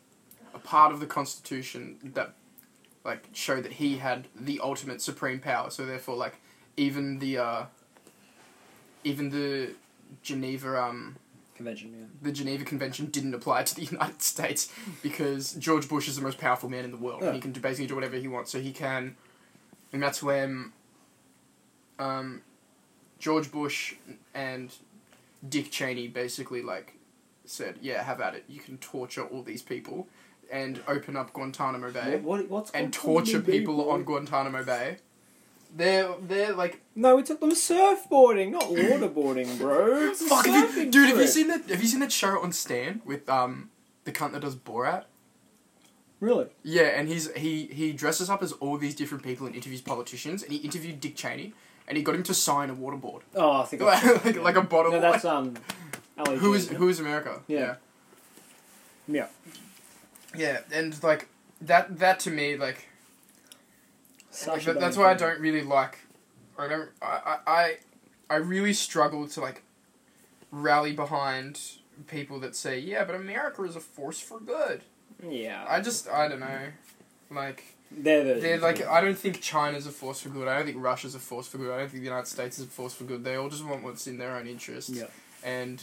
[SPEAKER 2] a part of the Constitution that like showed that he had the ultimate supreme power. So therefore, like even the uh, even the Geneva um,
[SPEAKER 1] Convention, yeah.
[SPEAKER 2] the Geneva Convention didn't apply to the United States because George Bush is the most powerful man in the world.
[SPEAKER 1] Yeah.
[SPEAKER 2] He can do, basically do whatever he wants. So he can, and that's when um, George Bush and Dick Cheney basically like said, "Yeah, have at it. You can torture all these people and open up Guantanamo Bay
[SPEAKER 1] What, what, what's
[SPEAKER 2] and
[SPEAKER 1] called
[SPEAKER 2] torture
[SPEAKER 1] Guantanamo Bay,
[SPEAKER 2] people
[SPEAKER 1] boy?
[SPEAKER 2] on Guantanamo Bay." They're they're like
[SPEAKER 1] No, we took them surfboarding, not waterboarding, bro. It's a
[SPEAKER 2] Fuck, have you,
[SPEAKER 1] surfing
[SPEAKER 2] dude, have you
[SPEAKER 1] trip.
[SPEAKER 2] seen that? Have you seen that show on Stan with um the cunt that does Borat?
[SPEAKER 1] Really?
[SPEAKER 2] Yeah, and he's he he dresses up as all these different people and interviews politicians, and he interviewed Dick Cheney, and he got him to sign a waterboard,
[SPEAKER 1] Oh, I think I've seen
[SPEAKER 2] like,
[SPEAKER 1] that, yeah.
[SPEAKER 2] like a bottle.
[SPEAKER 1] No, that's um. Ali
[SPEAKER 2] who is
[SPEAKER 1] G,
[SPEAKER 2] who is America?
[SPEAKER 1] Yeah. Yeah.
[SPEAKER 2] yeah, yeah, and like that that to me like, like
[SPEAKER 1] Sacha
[SPEAKER 2] that, that's
[SPEAKER 1] Baron
[SPEAKER 2] why I
[SPEAKER 1] Cohen.
[SPEAKER 2] don't really like, I don't I I I, I really struggle to like rally behind people that say yeah, but America is a force for good.
[SPEAKER 1] Yeah.
[SPEAKER 2] I just I don't know, like.
[SPEAKER 1] They're the.
[SPEAKER 2] They're like I don't think China's a force for good. I don't think Russia's a force for good. I don't think the United States is a force for good. They all just want what's in their own interest.
[SPEAKER 1] Yeah.
[SPEAKER 2] And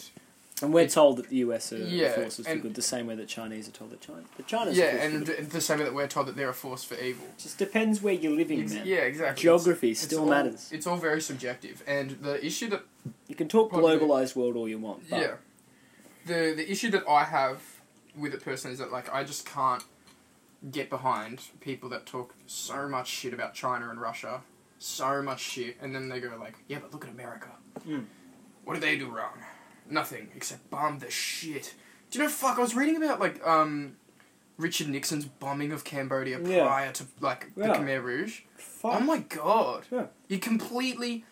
[SPEAKER 1] And we're told that the US are
[SPEAKER 2] Yeah,
[SPEAKER 1] forces for
[SPEAKER 2] and-
[SPEAKER 1] good, the same way that Chinese are told that China. That China's a
[SPEAKER 2] yeah,
[SPEAKER 1] force for
[SPEAKER 2] and
[SPEAKER 1] good.
[SPEAKER 2] the same that we're told that they're a force for evil.
[SPEAKER 1] just depends where you're living,
[SPEAKER 2] Ex-
[SPEAKER 1] man.
[SPEAKER 2] yeah, exactly.
[SPEAKER 1] Geography
[SPEAKER 2] It's-
[SPEAKER 1] still
[SPEAKER 2] it's all-
[SPEAKER 1] matters.
[SPEAKER 2] It's all very subjective, and the issue that
[SPEAKER 1] You can talk
[SPEAKER 2] Probably.
[SPEAKER 1] globalized world all you want, but
[SPEAKER 2] yeah, the the issue that I have with it personally is that like I just can't get behind people that talk so much shit about China and Russia, so much shit, and then they go like, yeah, but look at America.
[SPEAKER 1] Mm.
[SPEAKER 2] What did they do wrong? Nothing except bomb the shit. Do you know? Fuck, I was reading about like um. Richard Nixon's bombing of Cambodia
[SPEAKER 1] Yeah.
[SPEAKER 2] prior to like
[SPEAKER 1] Yeah.
[SPEAKER 2] the Khmer Rouge.
[SPEAKER 1] fuck.
[SPEAKER 2] Oh my god.
[SPEAKER 1] Yeah.
[SPEAKER 2] You completely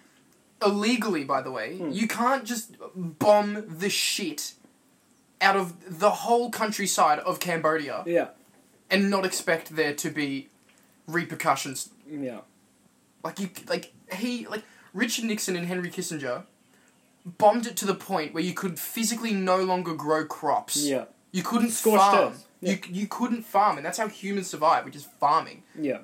[SPEAKER 2] illegally, by the way,
[SPEAKER 1] Mm.
[SPEAKER 2] you can't just bomb the shit out of the whole countryside of Cambodia
[SPEAKER 1] yeah,
[SPEAKER 2] and not expect there to be repercussions.
[SPEAKER 1] yeah,
[SPEAKER 2] Like you like he like Richard Nixon and Henry Kissinger bombed it to the point where you could physically no longer grow crops.
[SPEAKER 1] yeah,
[SPEAKER 2] You couldn't
[SPEAKER 1] Scorched
[SPEAKER 2] farm.
[SPEAKER 1] earth. Yeah.
[SPEAKER 2] You you couldn't farm and that's how humans survive, which is farming.
[SPEAKER 1] yeah.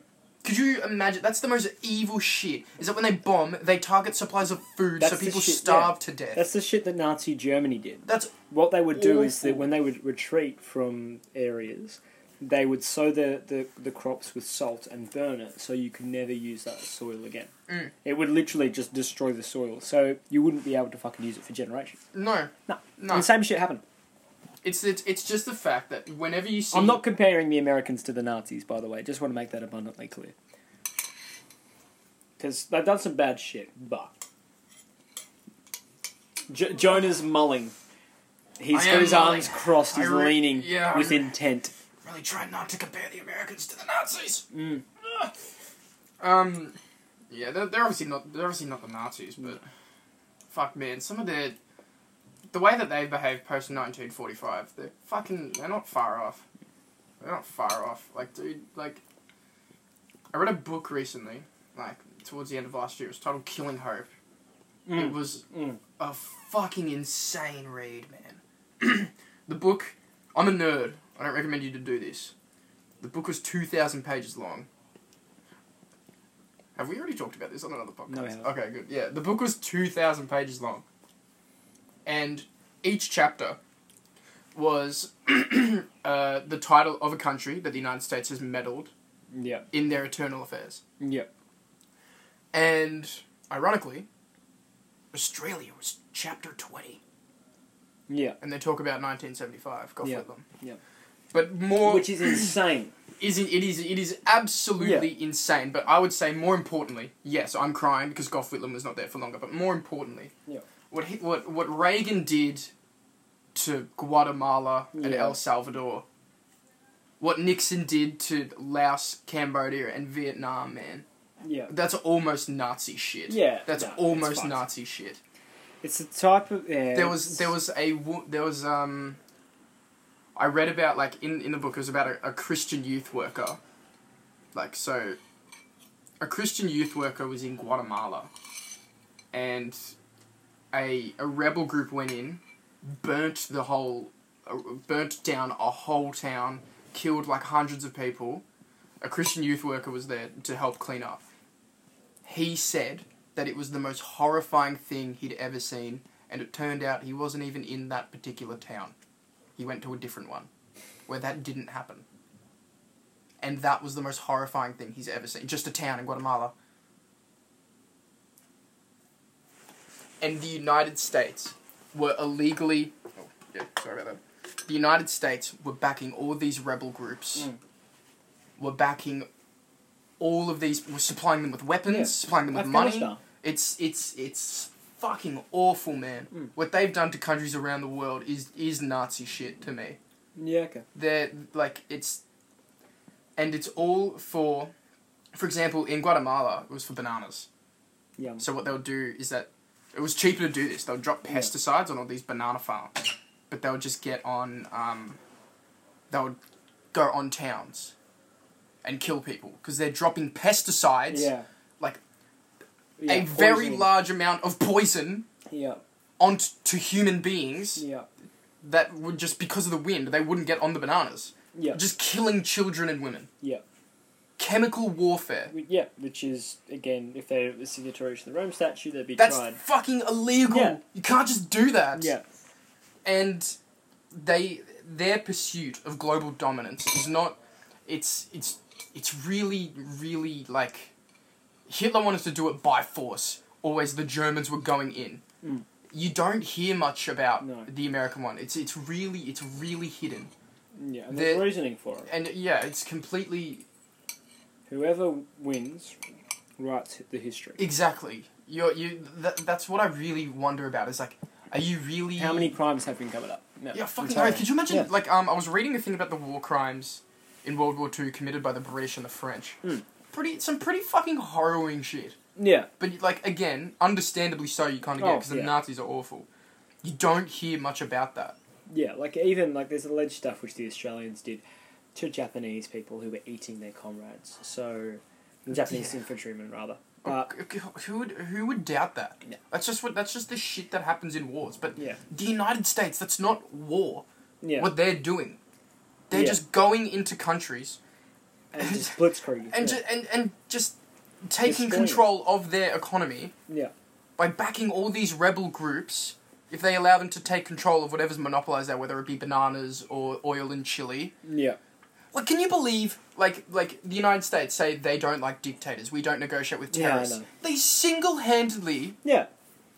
[SPEAKER 2] Could you imagine? That's the most evil shit. Is that when they bomb, they target supplies of food
[SPEAKER 1] That's
[SPEAKER 2] so
[SPEAKER 1] the
[SPEAKER 2] people
[SPEAKER 1] shit,
[SPEAKER 2] starve
[SPEAKER 1] yeah.
[SPEAKER 2] to death.
[SPEAKER 1] That's the shit that Nazi Germany did.
[SPEAKER 2] That's-
[SPEAKER 1] what they would do is that
[SPEAKER 2] awful.
[SPEAKER 1] when they would retreat from areas, they would sow the, the, the crops with salt and burn it so you could never use that soil again.
[SPEAKER 2] Mm.
[SPEAKER 1] It would literally just destroy the soil, so you wouldn't be able to fucking use it for generations.
[SPEAKER 2] no,
[SPEAKER 1] No.
[SPEAKER 2] no.
[SPEAKER 1] And the same shit happened.
[SPEAKER 2] It's, it's it's just the fact that whenever you see,
[SPEAKER 1] I'm not comparing the Americans to the Nazis, by the way. Just want to make that abundantly clear. Because they've done some bad shit, but. Jo- Jonah's mulling. He's
[SPEAKER 2] I
[SPEAKER 1] got
[SPEAKER 2] am
[SPEAKER 1] his
[SPEAKER 2] mulling.
[SPEAKER 1] arms crossed, he's
[SPEAKER 2] I re-
[SPEAKER 1] leaning
[SPEAKER 2] yeah,
[SPEAKER 1] with
[SPEAKER 2] I-
[SPEAKER 1] intent.
[SPEAKER 2] really try not to compare the Americans to the Nazis.
[SPEAKER 1] Mm.
[SPEAKER 2] Ugh. Um, yeah, they're, they're obviously not they're obviously not the Nazis, but fuck man, some of their the way that they behave post 1945, they're fucking they're not far off. They're not far off. Like dude, like I read a book recently, like towards the end of last year. It was titled Killing Hope. It was
[SPEAKER 1] Mm.
[SPEAKER 2] a fucking insane read, man. the book. I'm a nerd. I don't recommend you to do this. The book was two thousand pages long. Have we already talked about this on another podcast?
[SPEAKER 1] No, we haven't.
[SPEAKER 2] Okay, good. Yeah, the book was two thousand pages long, and each chapter was uh, the title of a country that the United States has meddled
[SPEAKER 1] Yeah,
[SPEAKER 2] in their internal affairs.
[SPEAKER 1] yeah.
[SPEAKER 2] And ironically, Australia was chapter 20.
[SPEAKER 1] Yeah,
[SPEAKER 2] And they talk about 1975. God
[SPEAKER 1] Yeah.
[SPEAKER 2] flip them.
[SPEAKER 1] Yeah.
[SPEAKER 2] But more
[SPEAKER 1] which is insane.
[SPEAKER 2] isn't it is it is absolutely insane. But I would say more importantly, yes, I'm crying because Gough Whitlam was not there for longer. But more importantly,
[SPEAKER 1] Yeah.
[SPEAKER 2] what he, what what Reagan did to Guatemala and
[SPEAKER 1] Yeah.
[SPEAKER 2] El Salvador, what Nixon did to Laos, Cambodia, and Vietnam, man,
[SPEAKER 1] Yeah,
[SPEAKER 2] that's almost Nazi shit.
[SPEAKER 1] Yeah,
[SPEAKER 2] that's
[SPEAKER 1] no, it's
[SPEAKER 2] almost
[SPEAKER 1] fucked.
[SPEAKER 2] Nazi shit.
[SPEAKER 1] it's the type of yeah,
[SPEAKER 2] There was there was a wo- there was um. I read about like in in the book it was about a, a Christian youth worker, like so. A Christian youth worker was in Guatemala, and a a rebel group went in, burnt the whole, uh, burnt down a whole town, killed like hundreds of people. A Christian youth worker was there to help clean up. He said that it was the most horrifying thing he'd ever seen and it turned out he wasn't even in that particular town. He went to a different one where that didn't happen. And that was the most horrifying thing he's ever seen. Just a town in Guatemala. And the United States were illegally. Oh, yeah, sorry about that. The United States were backing all these rebel groups,
[SPEAKER 1] Mm.
[SPEAKER 2] were backing all of these, were supplying them with weapons,
[SPEAKER 1] Yeah.
[SPEAKER 2] supplying them with money.
[SPEAKER 1] Afghanistan.
[SPEAKER 2] It's it's it's fucking awful, man.
[SPEAKER 1] Mm.
[SPEAKER 2] What they've done to countries around the world is is Nazi shit to me.
[SPEAKER 1] Yeah, okay.
[SPEAKER 2] They're like it's, and it's all for, for example, in Guatemala it was for bananas.
[SPEAKER 1] Yeah.
[SPEAKER 2] So what they'll do is that it was cheaper to do this. They'll drop
[SPEAKER 1] Yeah.
[SPEAKER 2] pesticides on all these banana farms, but they'll just get on. Um, they'll go on towns, and kill people because they're dropping pesticides,
[SPEAKER 1] yeah.
[SPEAKER 2] like
[SPEAKER 1] yeah.
[SPEAKER 2] a very
[SPEAKER 1] poisoning.
[SPEAKER 2] large amount of poison
[SPEAKER 1] Yeah,
[SPEAKER 2] onto to human beings
[SPEAKER 1] yeah,
[SPEAKER 2] that would just because of the wind they wouldn't get on the bananas.
[SPEAKER 1] yeah,
[SPEAKER 2] Just killing children and women.
[SPEAKER 1] yeah.
[SPEAKER 2] Chemical warfare.
[SPEAKER 1] Wh- Yeah, which is again, if they're a signatory to the Rome Statute, they'd be
[SPEAKER 2] That's
[SPEAKER 1] tried.
[SPEAKER 2] fucking illegal.
[SPEAKER 1] Yeah.
[SPEAKER 2] You can't just do that.
[SPEAKER 1] Yeah,
[SPEAKER 2] And they their pursuit of global dominance is not it's it's it's really really like Hitler wanted to do it by force. Always the Germans were going in.
[SPEAKER 1] Mm.
[SPEAKER 2] You don't hear much about
[SPEAKER 1] No.
[SPEAKER 2] the American one. It's it's really it's really hidden.
[SPEAKER 1] yeah. And there's
[SPEAKER 2] The-
[SPEAKER 1] reasoning for it.
[SPEAKER 2] And yeah, it's completely
[SPEAKER 1] Whoever wins writes the history.
[SPEAKER 2] Exactly. You're, you. Th- that's what I really wonder about. Is like, are you really?
[SPEAKER 1] How many crimes have been covered up? No,
[SPEAKER 2] Yeah, fucking.
[SPEAKER 1] entirely.
[SPEAKER 2] Right, could you imagine?
[SPEAKER 1] Yeah.
[SPEAKER 2] Like, um, I was reading a thing about the war crimes in World War Two committed by the British and the French.
[SPEAKER 1] Hmm.
[SPEAKER 2] Pretty, some pretty fucking harrowing shit.
[SPEAKER 1] Yeah,
[SPEAKER 2] But like, again, understandably so, you kind of get
[SPEAKER 1] Oh,
[SPEAKER 2] because the
[SPEAKER 1] yeah.
[SPEAKER 2] Nazis are awful. You don't hear much about that.
[SPEAKER 1] yeah. Like even like there's alleged stuff which the Australians did to Japanese people who were eating their comrades. So the Japanese infantrymen rather. But
[SPEAKER 2] Okay, who would who would doubt that?
[SPEAKER 1] Uh, Yeah.
[SPEAKER 2] That's just what. That's just the shit that happens in wars. But
[SPEAKER 1] yeah,
[SPEAKER 2] the United States, that's not war.
[SPEAKER 1] yeah,
[SPEAKER 2] What they're doing, they're
[SPEAKER 1] Yeah.
[SPEAKER 2] just going into countries
[SPEAKER 1] and just blitzkrieg.
[SPEAKER 2] and
[SPEAKER 1] yeah.
[SPEAKER 2] ju- and and just taking
[SPEAKER 1] Destroying it.
[SPEAKER 2] control of their economy
[SPEAKER 1] yeah,
[SPEAKER 2] by backing all these rebel groups. If they allow them to take control of whatever's monopolized there, whether it be bananas or oil in Chile,
[SPEAKER 1] yeah,
[SPEAKER 2] like can you believe? Like like the United States say they don't like dictators. We don't negotiate with
[SPEAKER 1] Yeah, I
[SPEAKER 2] terrorists.
[SPEAKER 1] know.
[SPEAKER 2] They single-handedly
[SPEAKER 1] yeah,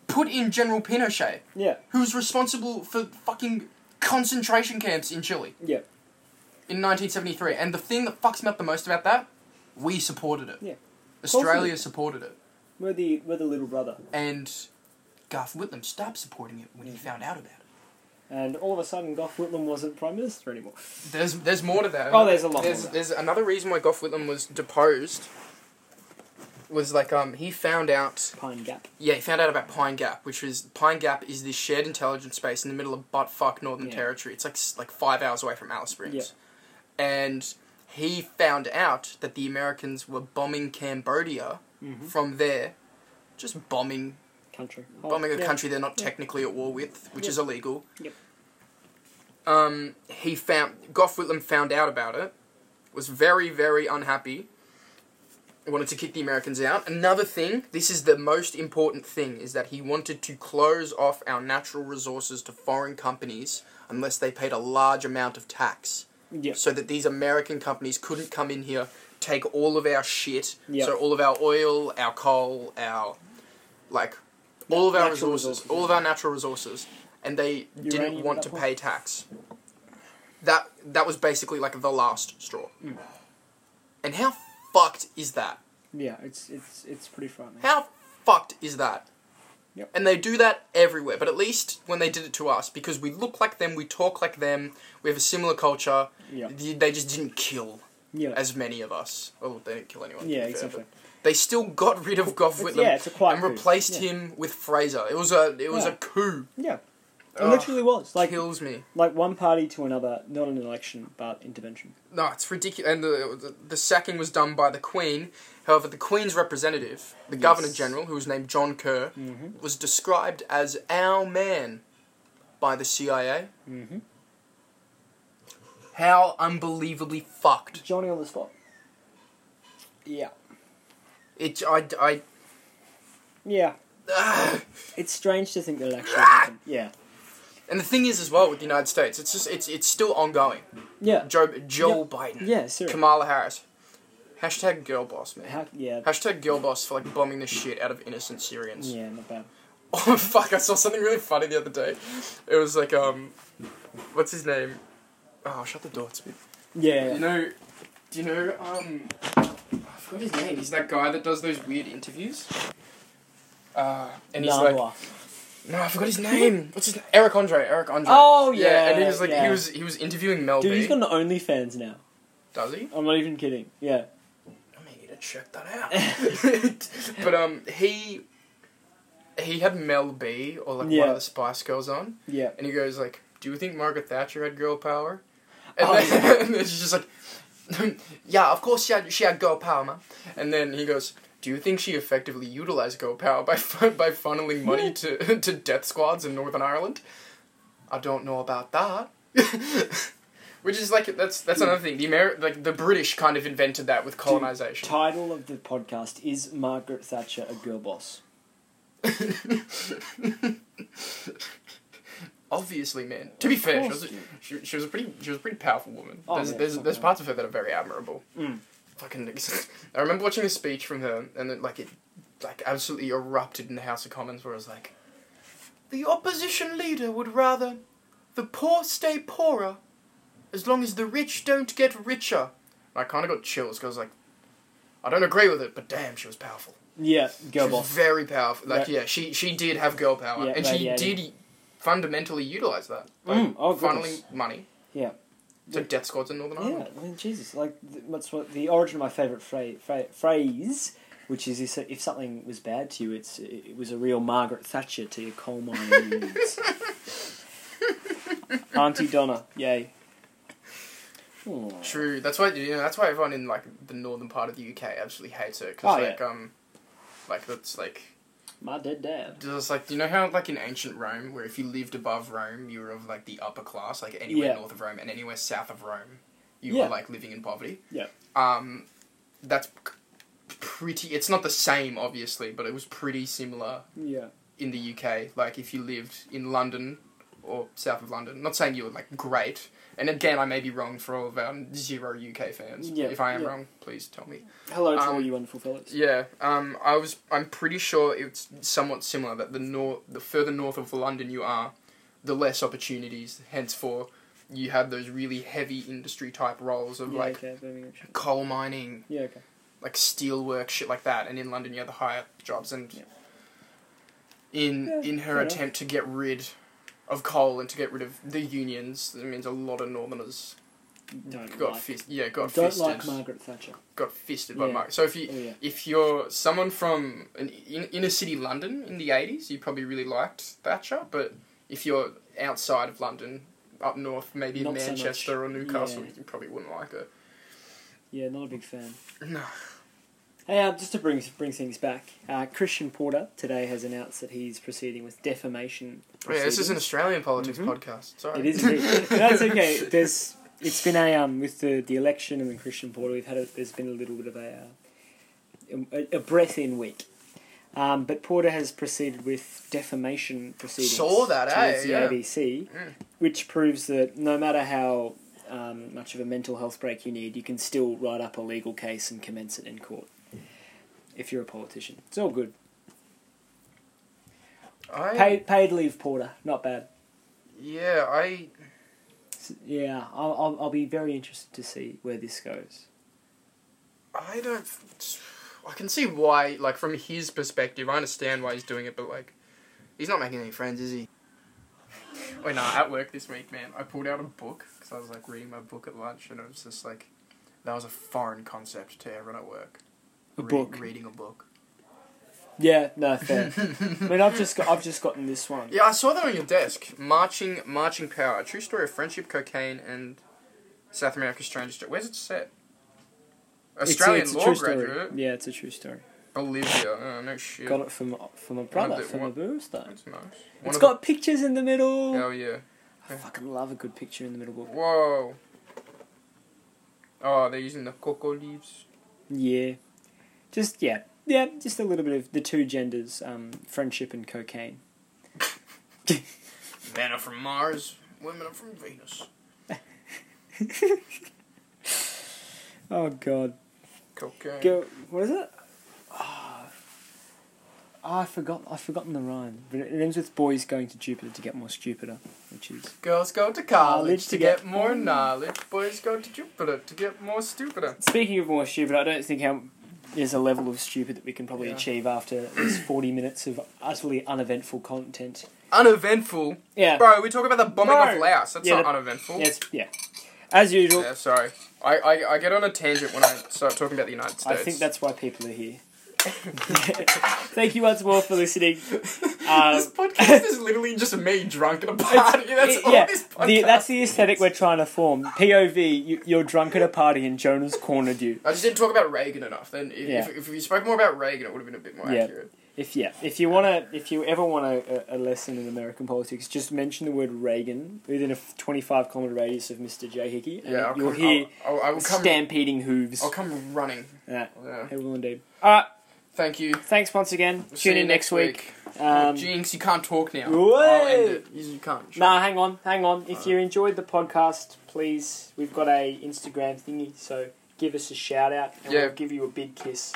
[SPEAKER 2] put in General Pinochet,
[SPEAKER 1] yeah,
[SPEAKER 2] who's responsible for fucking concentration camps in Chile
[SPEAKER 1] yeah.
[SPEAKER 2] in 1973. And the thing that fucks me up the most about that, we supported it.
[SPEAKER 1] Yeah. we
[SPEAKER 2] Australia
[SPEAKER 1] did.
[SPEAKER 2] supported it.
[SPEAKER 1] We're the we're the little brother.
[SPEAKER 2] And Garth Whitlam stopped supporting it when he found out about it.
[SPEAKER 1] And all of a sudden, Gough Whitlam wasn't Prime Minister anymore.
[SPEAKER 2] There's there's more to that.
[SPEAKER 1] Oh, there's a lot
[SPEAKER 2] There's
[SPEAKER 1] more to
[SPEAKER 2] there's another reason why Gough Whitlam was deposed. Was like um he found out
[SPEAKER 1] Pine Gap.
[SPEAKER 2] yeah he found out about Pine Gap, which is Pine Gap is this shared intelligence space in the middle of buttfuck Northern
[SPEAKER 1] Yeah.
[SPEAKER 2] Territory. It's like s- like five hours away from Alice Springs.
[SPEAKER 1] Yeah.
[SPEAKER 2] and he found out that the Americans were bombing Cambodia
[SPEAKER 1] Mm-hmm.
[SPEAKER 2] from there, just bombing
[SPEAKER 1] Country.
[SPEAKER 2] bombing a
[SPEAKER 1] yeah.
[SPEAKER 2] country they're not technically at war with, which
[SPEAKER 1] Yeah.
[SPEAKER 2] is illegal.
[SPEAKER 1] Yep.
[SPEAKER 2] Um, he found Gough Whitlam found out about it, was very very unhappy. Wanted to kick the Americans out. Another thing, this is the most important thing, is that he wanted to close off our natural resources to foreign companies unless they paid a large amount of tax
[SPEAKER 1] Yeah.
[SPEAKER 2] so that these American companies couldn't come in here, take all of our shit,
[SPEAKER 1] Yeah.
[SPEAKER 2] so all of our oil, our coal, our like all of our
[SPEAKER 1] Natural
[SPEAKER 2] resources,
[SPEAKER 1] resources,
[SPEAKER 2] all of our natural resources, and they
[SPEAKER 1] Uranium
[SPEAKER 2] didn't want
[SPEAKER 1] at
[SPEAKER 2] to
[SPEAKER 1] that
[SPEAKER 2] pay tax. that that was basically like the last straw.
[SPEAKER 1] Mm.
[SPEAKER 2] And how fucked is that?
[SPEAKER 1] Yeah, it's it's it's pretty frightening.
[SPEAKER 2] How fucked is that?
[SPEAKER 1] Yep.
[SPEAKER 2] And they do that everywhere, but at least when they did it to us, because we look like them, we talk like them, we have a similar culture.
[SPEAKER 1] Yeah.
[SPEAKER 2] th- They just didn't kill
[SPEAKER 1] Yeah,
[SPEAKER 2] as many of us. Oh, they didn't kill anyone. to
[SPEAKER 1] yeah,
[SPEAKER 2] be fair,
[SPEAKER 1] exactly.
[SPEAKER 2] but They still got rid of Gough
[SPEAKER 1] It's,
[SPEAKER 2] Whitlam
[SPEAKER 1] yeah, it's a quiet
[SPEAKER 2] and
[SPEAKER 1] coup.
[SPEAKER 2] replaced
[SPEAKER 1] Yeah.
[SPEAKER 2] him with Fraser. It was a it was a
[SPEAKER 1] Yeah.
[SPEAKER 2] coup.
[SPEAKER 1] Yeah, it
[SPEAKER 2] Ugh,
[SPEAKER 1] literally was like
[SPEAKER 2] kills me.
[SPEAKER 1] like one party to another, not an election but intervention.
[SPEAKER 2] No, it's ridiculous. And the, the the sacking was done by the Queen. However, the Queen's representative, the Governor General, who was named John Kerr,
[SPEAKER 1] Mhm.
[SPEAKER 2] was described as our man by the CIA.
[SPEAKER 1] Mhm.
[SPEAKER 2] How unbelievably fucked!
[SPEAKER 1] Johnny on the spot. Yeah,
[SPEAKER 2] It I I.
[SPEAKER 1] yeah.
[SPEAKER 2] ah.
[SPEAKER 1] It's strange to think that it actually happened. Yeah,
[SPEAKER 2] And the thing is, as well, with the United States, it's just it's it's still ongoing.
[SPEAKER 1] yeah,
[SPEAKER 2] Joe Joe Biden,
[SPEAKER 1] yeah. Seriously,
[SPEAKER 2] Kamala Harris, hashtag girl boss man,
[SPEAKER 1] How, yeah,
[SPEAKER 2] hashtag girl boss for like bombing the shit out of innocent Syrians.
[SPEAKER 1] yeah, not bad.
[SPEAKER 2] Oh fuck! I saw something really funny the other day. It was like um, what's his name? Oh, shut the door, it's a bit.
[SPEAKER 1] Yeah,
[SPEAKER 2] You know, do you know um? I forgot his name. He's that guy that does those weird interviews. Uh, and he's like,
[SPEAKER 1] Nahua.
[SPEAKER 2] no, I forgot his name. What's his name? Eric Andre. Eric Andre.
[SPEAKER 1] Oh,
[SPEAKER 2] and he
[SPEAKER 1] yeah,
[SPEAKER 2] was like, he
[SPEAKER 1] yeah.
[SPEAKER 2] was he was interviewing Mel
[SPEAKER 1] dude,
[SPEAKER 2] B.
[SPEAKER 1] he's got an OnlyFans now.
[SPEAKER 2] Does he?
[SPEAKER 1] I'm not even kidding. Yeah,
[SPEAKER 2] I mean, you to check that out. but um, he he had Mel B or like one
[SPEAKER 1] Yeah.
[SPEAKER 2] of the Spice Girls on.
[SPEAKER 1] yeah.
[SPEAKER 2] And he goes like, "Do you think Margaret Thatcher had girl power?" And,
[SPEAKER 1] Oh,
[SPEAKER 2] then, and then she's just like, "Yeah, of course she had she had girl power, man." And then he goes, "Do you think she effectively utilized girl power by fu- by funneling money to to death squads in Northern Ireland?" I don't know about that. Which is like that's that's another thing. The Ameri- like the British kind of invented that with colonization.
[SPEAKER 1] Title of the podcast is Margaret Thatcher a girl boss?
[SPEAKER 2] Obviously, man. To be fair, she
[SPEAKER 1] course,
[SPEAKER 2] was, a,
[SPEAKER 1] dude.
[SPEAKER 2] she, she was a pretty she was a pretty powerful woman.
[SPEAKER 1] Oh,
[SPEAKER 2] there's
[SPEAKER 1] yeah,
[SPEAKER 2] there's,
[SPEAKER 1] fuck
[SPEAKER 2] there's
[SPEAKER 1] yeah.
[SPEAKER 2] parts of her that are very admirable.
[SPEAKER 1] Mm.
[SPEAKER 2] Fucking, I remember watching a speech from her, and it, like it, like absolutely erupted in the House of Commons, where it was like, the opposition leader would rather the poor stay poorer, as long as the rich don't get richer. And I kind of got chills because like, I don't agree with it, but damn, she was powerful.
[SPEAKER 1] Yeah, girl
[SPEAKER 2] She was
[SPEAKER 1] boss.
[SPEAKER 2] very powerful. Like,
[SPEAKER 1] Yeah.
[SPEAKER 2] yeah, she she did have girl power,
[SPEAKER 1] Yeah,
[SPEAKER 2] and she
[SPEAKER 1] radiating.
[SPEAKER 2] did fundamentally utilize that, like
[SPEAKER 1] Mm, oh, goodness.
[SPEAKER 2] funneling money
[SPEAKER 1] Yeah.
[SPEAKER 2] to death squads in Northern
[SPEAKER 1] Yeah,
[SPEAKER 2] Ireland.
[SPEAKER 1] I mean, Jesus, like th- that's what the origin of my favorite phra- phra- phrase, which is if so- if something was bad to you, it's it was a real Margaret Thatcher to your coal mine needs. Auntie Donna, yay. Oh,
[SPEAKER 2] True. That's why you know. That's why everyone in like the northern part of the UK absolutely hates it because
[SPEAKER 1] Oh, yeah.
[SPEAKER 2] like um, like that's like
[SPEAKER 1] my dead dad.
[SPEAKER 2] just like you know how like in ancient Rome where if you lived above Rome you were of like the upper class like anywhere
[SPEAKER 1] Yeah.
[SPEAKER 2] north of Rome and anywhere south of Rome you
[SPEAKER 1] Yeah.
[SPEAKER 2] were like living in poverty.
[SPEAKER 1] Yeah.
[SPEAKER 2] Um, that's c- pretty. It's not the same obviously, but it was pretty similar
[SPEAKER 1] Yeah,
[SPEAKER 2] in the UK. Like if you lived in London or south of London, not saying you were like great. And again, I may be wrong for all of our zero UK fans.
[SPEAKER 1] Yeah,
[SPEAKER 2] if I am
[SPEAKER 1] yeah.
[SPEAKER 2] wrong, please tell me.
[SPEAKER 1] hello to
[SPEAKER 2] Um,
[SPEAKER 1] all you wonderful fellows.
[SPEAKER 2] Yeah, um, I was. I'm pretty sure it's somewhat similar that the north, the further north of London you are, the less opportunities. Henceforth, you have those really heavy industry type roles of
[SPEAKER 1] yeah,
[SPEAKER 2] like
[SPEAKER 1] okay, Birmingham, sure.
[SPEAKER 2] coal mining,
[SPEAKER 1] yeah, okay.
[SPEAKER 2] like steelwork, shit like that. And in London, you have the higher jobs. And
[SPEAKER 1] Yeah.
[SPEAKER 2] in
[SPEAKER 1] Yeah,
[SPEAKER 2] in her
[SPEAKER 1] fair enough.
[SPEAKER 2] attempt to get rid of coal and to get rid of the unions, that means a lot of Northerners
[SPEAKER 1] Don't
[SPEAKER 2] got
[SPEAKER 1] like,
[SPEAKER 2] fist, yeah, got
[SPEAKER 1] don't
[SPEAKER 2] fisted,
[SPEAKER 1] like Margaret Thatcher.
[SPEAKER 2] got fisted by
[SPEAKER 1] Yeah.
[SPEAKER 2] Mark. So if you
[SPEAKER 1] Oh yeah,
[SPEAKER 2] if you're someone from an in, inner city London in the 80s, you probably really liked Thatcher, but if you're outside of London, up north, maybe in
[SPEAKER 1] Not so much.
[SPEAKER 2] Manchester or Newcastle,
[SPEAKER 1] Yeah.
[SPEAKER 2] you probably wouldn't like it.
[SPEAKER 1] yeah, not a big fan.
[SPEAKER 2] No.
[SPEAKER 1] Hey, uh, just to bring bring things back, uh, Christian Porter today has announced that he's proceeding with defamation.
[SPEAKER 2] Oh, yeah, this is an
[SPEAKER 1] proceedings.
[SPEAKER 2] Australian politics
[SPEAKER 1] Mhm.
[SPEAKER 2] podcast. Sorry.
[SPEAKER 1] It is. indeed. No, That's okay. There's. It's been a um with the, the election and the Christian Porter. We've had a, there's been a little bit of a uh, a, a breath in week, um, but Porter has proceeded with defamation proceedings.
[SPEAKER 2] Saw that, eh?
[SPEAKER 1] towards the
[SPEAKER 2] Yeah.
[SPEAKER 1] ABC,
[SPEAKER 2] Mm.
[SPEAKER 1] which proves that no matter how um, much of a mental health break you need, you can still write up a legal case and commence it in court. If you're a politician, it's all good.
[SPEAKER 2] I,
[SPEAKER 1] Paid paid leave Porter, not bad.
[SPEAKER 2] yeah, I
[SPEAKER 1] S- Yeah, I'll, I'll, I'll be very interested to see where this goes.
[SPEAKER 2] I don't. I can see why, like, from his perspective, I understand why he's doing it, but, like, he's not making any friends, is he? Wait, no, at work this week, man, I pulled out a book because I was, like, reading my book at lunch, and it was just, like, that was a foreign concept to everyone at work.
[SPEAKER 1] A
[SPEAKER 2] Re-
[SPEAKER 1] book.
[SPEAKER 2] Reading a book.
[SPEAKER 1] Yeah, no fair. I mean, I've just got, I've just gotten this one.
[SPEAKER 2] Yeah, I saw that on your desk. Marching, Marching Power. A true story of friendship, cocaine, and South America's strangest. Where's it set?
[SPEAKER 1] It's a-
[SPEAKER 2] Australian
[SPEAKER 1] it's a,
[SPEAKER 2] law
[SPEAKER 1] true
[SPEAKER 2] graduate.
[SPEAKER 1] Story. Yeah, it's a true story.
[SPEAKER 2] Bolivia. Oh, no shit.
[SPEAKER 1] Got it from from a brother
[SPEAKER 2] do-
[SPEAKER 1] from a
[SPEAKER 2] one-
[SPEAKER 1] booster.
[SPEAKER 2] That's nice. One
[SPEAKER 1] It's
[SPEAKER 2] of
[SPEAKER 1] got pictures in the middle.
[SPEAKER 2] The, hell yeah.
[SPEAKER 1] I fucking love a good picture in the middle book.
[SPEAKER 2] Whoa. Oh, they're using the cocoa leaves.
[SPEAKER 1] Yeah, just yeah, yeah, just a little bit of the two genders, um, friendship and cocaine.
[SPEAKER 2] Men are from Mars, women are from Venus.
[SPEAKER 1] Oh God,
[SPEAKER 2] Cocaine.
[SPEAKER 1] go. What is it? Oh, I forgot. I've forgotten the rhyme. But it ends with boys going to Jupiter to get more stupider, which is
[SPEAKER 2] Girls go to college to get more knowledge. Boys go to Jupiter to get more stupider.
[SPEAKER 1] Speaking of more stupid, I don't think how there's a level of stupid that we can probably
[SPEAKER 2] Yeah.
[SPEAKER 1] achieve after this 40 minutes of utterly uneventful content.
[SPEAKER 2] Uneventful.
[SPEAKER 1] Yeah.
[SPEAKER 2] Bro, we talk about the bombing
[SPEAKER 1] No.
[SPEAKER 2] of Laos. That's
[SPEAKER 1] Yeah,
[SPEAKER 2] not
[SPEAKER 1] the-
[SPEAKER 2] uneventful.
[SPEAKER 1] Yeah, it's- yeah. As usual,
[SPEAKER 2] Yeah, sorry. I, I, I get on a tangent when I start talking about the United States.
[SPEAKER 1] I think that's why people are here. Thank you once more for listening. Um,
[SPEAKER 2] This podcast is literally just me drunk at a party. That's all
[SPEAKER 1] yeah,
[SPEAKER 2] this podcast.
[SPEAKER 1] the, that's the aesthetic we're trying to form. POV, you, you're drunk at a party and Jonah's cornered you.
[SPEAKER 2] I just didn't talk about Reagan enough. Then if,
[SPEAKER 1] Yeah.
[SPEAKER 2] if, if you spoke more about Reagan, it would have been a bit more
[SPEAKER 1] Yeah.
[SPEAKER 2] accurate.
[SPEAKER 1] If yeah, if you wanna, if you ever want a, a a lesson in American politics, just mention the word Reagan within a f- twenty-five kilometer radius of Mister J Hickey, and
[SPEAKER 2] Yeah, I'll
[SPEAKER 1] you'll
[SPEAKER 2] come,
[SPEAKER 1] hear
[SPEAKER 2] I'll, I'll, I will come.
[SPEAKER 1] stampeding hooves.
[SPEAKER 2] I'll come running.
[SPEAKER 1] Yeah,
[SPEAKER 2] Yeah.
[SPEAKER 1] it will indeed. All right,
[SPEAKER 2] Thank you.
[SPEAKER 1] thanks once again.
[SPEAKER 2] See
[SPEAKER 1] Tune
[SPEAKER 2] you
[SPEAKER 1] in next week. Um,
[SPEAKER 2] Jinx, you can't talk now.
[SPEAKER 1] Whoa.
[SPEAKER 2] I'll end it. You, you can't.
[SPEAKER 1] nah, hang on, hang on. If you enjoyed the podcast, please, we've got a Instagram thingy, so give us a shout out, and
[SPEAKER 2] Yeah.
[SPEAKER 1] we'll give you a big kiss.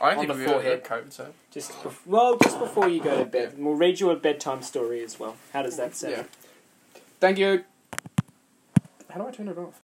[SPEAKER 2] I
[SPEAKER 1] on
[SPEAKER 2] don't
[SPEAKER 1] the
[SPEAKER 2] think we've ever had
[SPEAKER 1] forehead.
[SPEAKER 2] COVID, so.
[SPEAKER 1] Just bef- well, just before you go to bed, and we'll read you a bedtime story as well. How does that sound?
[SPEAKER 2] Yeah. Thank you. How do I turn it off?